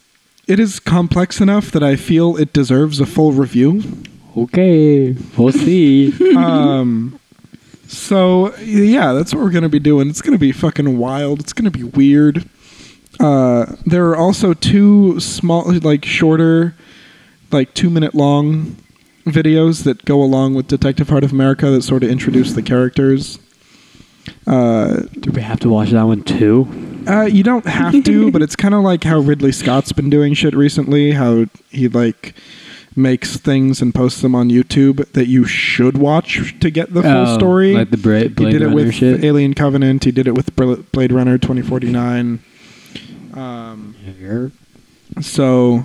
C: it is complex enough that i feel it deserves a full review
D: okay. We'll <laughs> see.
C: um, so yeah, that's what we're gonna be doing. It's gonna be fucking wild. It's gonna be weird. Uh, there are also two small, like shorter, like two minute long videos that go along with Detective Heart of America that sort of introduce the characters. Uh,
D: Do we have to watch that one too?
C: uh, you don't have
D: <laughs>
C: to, but it's kind of like how Ridley Scott's been doing shit recently. How he like makes things and posts them on YouTube that you should watch to get the full
D: Oh,
C: story.
D: Like the Bra- Blade
C: he did
D: Runner
C: it with
D: shit.
C: Alien Covenant. He did it with Bla- Blade Runner 2049. Um, so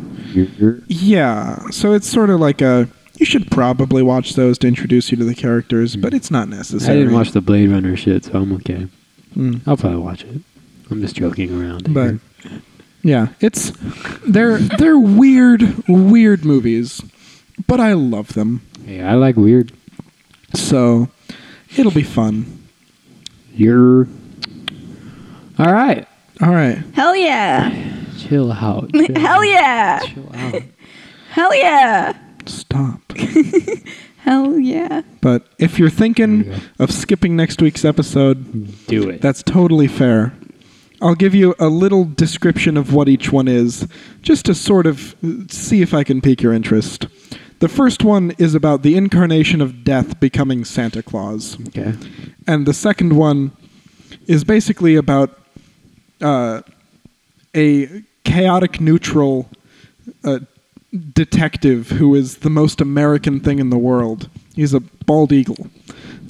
C: yeah, so it's sort of like a you should probably watch those to introduce you to the characters, but it's not
D: Mm. I
C: necessary.
D: didn't watch the Blade Runner shit, so I'm okay.
C: Mm.
D: I'll probably watch it. I'm just joking around.
C: but yeah, it's they're they're weird weird movies, but I love them.
D: hey, I like weird.
C: So it'll be fun.
D: You're all right.
C: All right.
B: Hell yeah.
D: Chill out. Chill
B: <laughs> Hell
D: out.
B: yeah.
D: Chill out.
B: Hell yeah.
C: Stop.
B: Hell yeah.
C: But if you're thinking
D: There you
C: of skipping next week's episode,
D: Do it.
C: that's totally fair. I'll give you a little description of what each one is, just to sort of see if I can pique your interest. The first one is about the incarnation of death becoming Santa Claus.
D: okay.
C: and the second one is basically about uh, a chaotic neutral uh, detective who is the most American thing in the world. He's a bald eagle,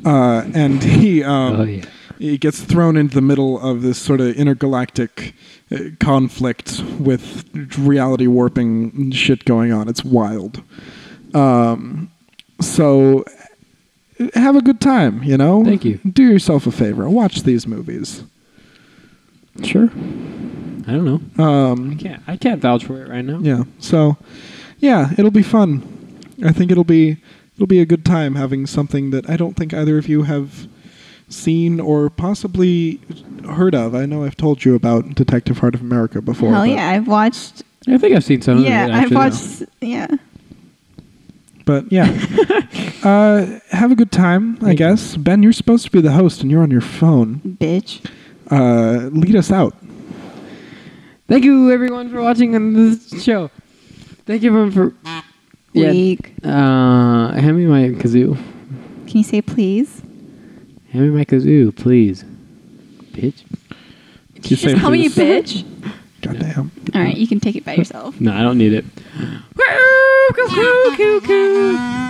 C: uh, and he um,
D: Oh, yeah.
C: he gets thrown into the middle of this sort of intergalactic uh, conflict with reality warping shit going on. It's wild. Um, so have a good time, you know?
D: Thank you.
C: Do yourself a favor. Watch these movies.
D: Sure. I don't know. I
C: Um,
D: can't. I can't vouch for it right now.
C: yeah. So, yeah, it'll be fun. I think it'll be it'll be a good time having something that I don't think either of you have seen or possibly heard of. I know I've told you about Detective Heart of America before.
B: Hell
C: but-
B: yeah. I've watched.
D: I think I've seen some
B: Yeah.
D: of it.
B: I've
D: actually.
B: watched. Yeah.
C: But yeah,
B: <laughs>
C: uh, have a good time, I
D: Thank you.
C: guess. Ben, you're supposed to be the host, and you're on your phone.
B: Bitch.
C: Uh, lead us out.
D: Thank you, everyone, for watching on this show. Thank you, everyone, for. Yeah.
B: Weak.
D: Uh, hand me my kazoo.
B: Can you say please?
D: Hand me my kazoo, please. Bitch.
C: Did you say
B: Just call me you
C: please?
B: bitch. <laughs>
C: Goddamn.
B: All right. You can take it by yourself.
D: No, I don't need it.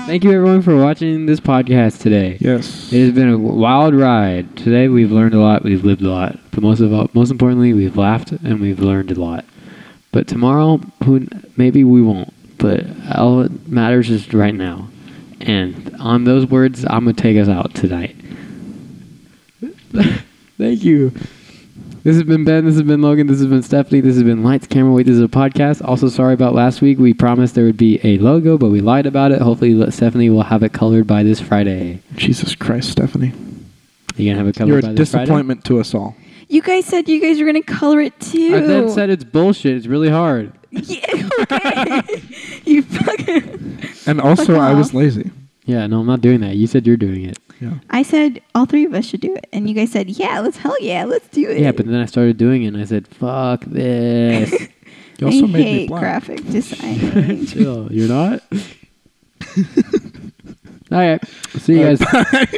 D: Thank you, everyone, for watching this podcast today.
C: Yes.
D: It has been a wild ride. Today we've learned a lot, we've lived a lot, but most of all, most importantly, we've laughed and we've learned a lot. But tomorrow, who maybe we won't. But all that matters is right now. And on those words, I'm gonna take us out tonight. <laughs> Thank you. This has been Ben. This has been Logan. This has been Stephanie. This has been Lights, Camera, Wait. This is a podcast. Also, sorry about last week. We promised there would be a logo, but we lied about it. Hopefully, Stephanie will have it colored by this Friday.
C: Jesus Christ, Stephanie.
D: You gonna have it covered
C: You're
D: by
C: a
D: this Friday?
C: disappointment to us all.
B: You guys said you guys were gonna color it too.
D: I then said it's bullshit. It's really hard.
B: <laughs> Yeah, okay. <laughs> you fucking.
C: And also,
B: Fuck
C: I was
B: off.
C: lazy.
D: Yeah, no, I'm not doing that. You said you're doing it.
C: Yeah.
B: I said all three of us should do it, and you guys said, "Yeah, let's hell yeah, let's do it."
D: Yeah, but then I started doing it, and I said, "Fuck this."
C: You also
B: I
C: made
B: hate
C: me black. <laughs>
B: graphic design.
D: Chill. You're not. All right. See you guys.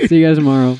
D: See you guys tomorrow.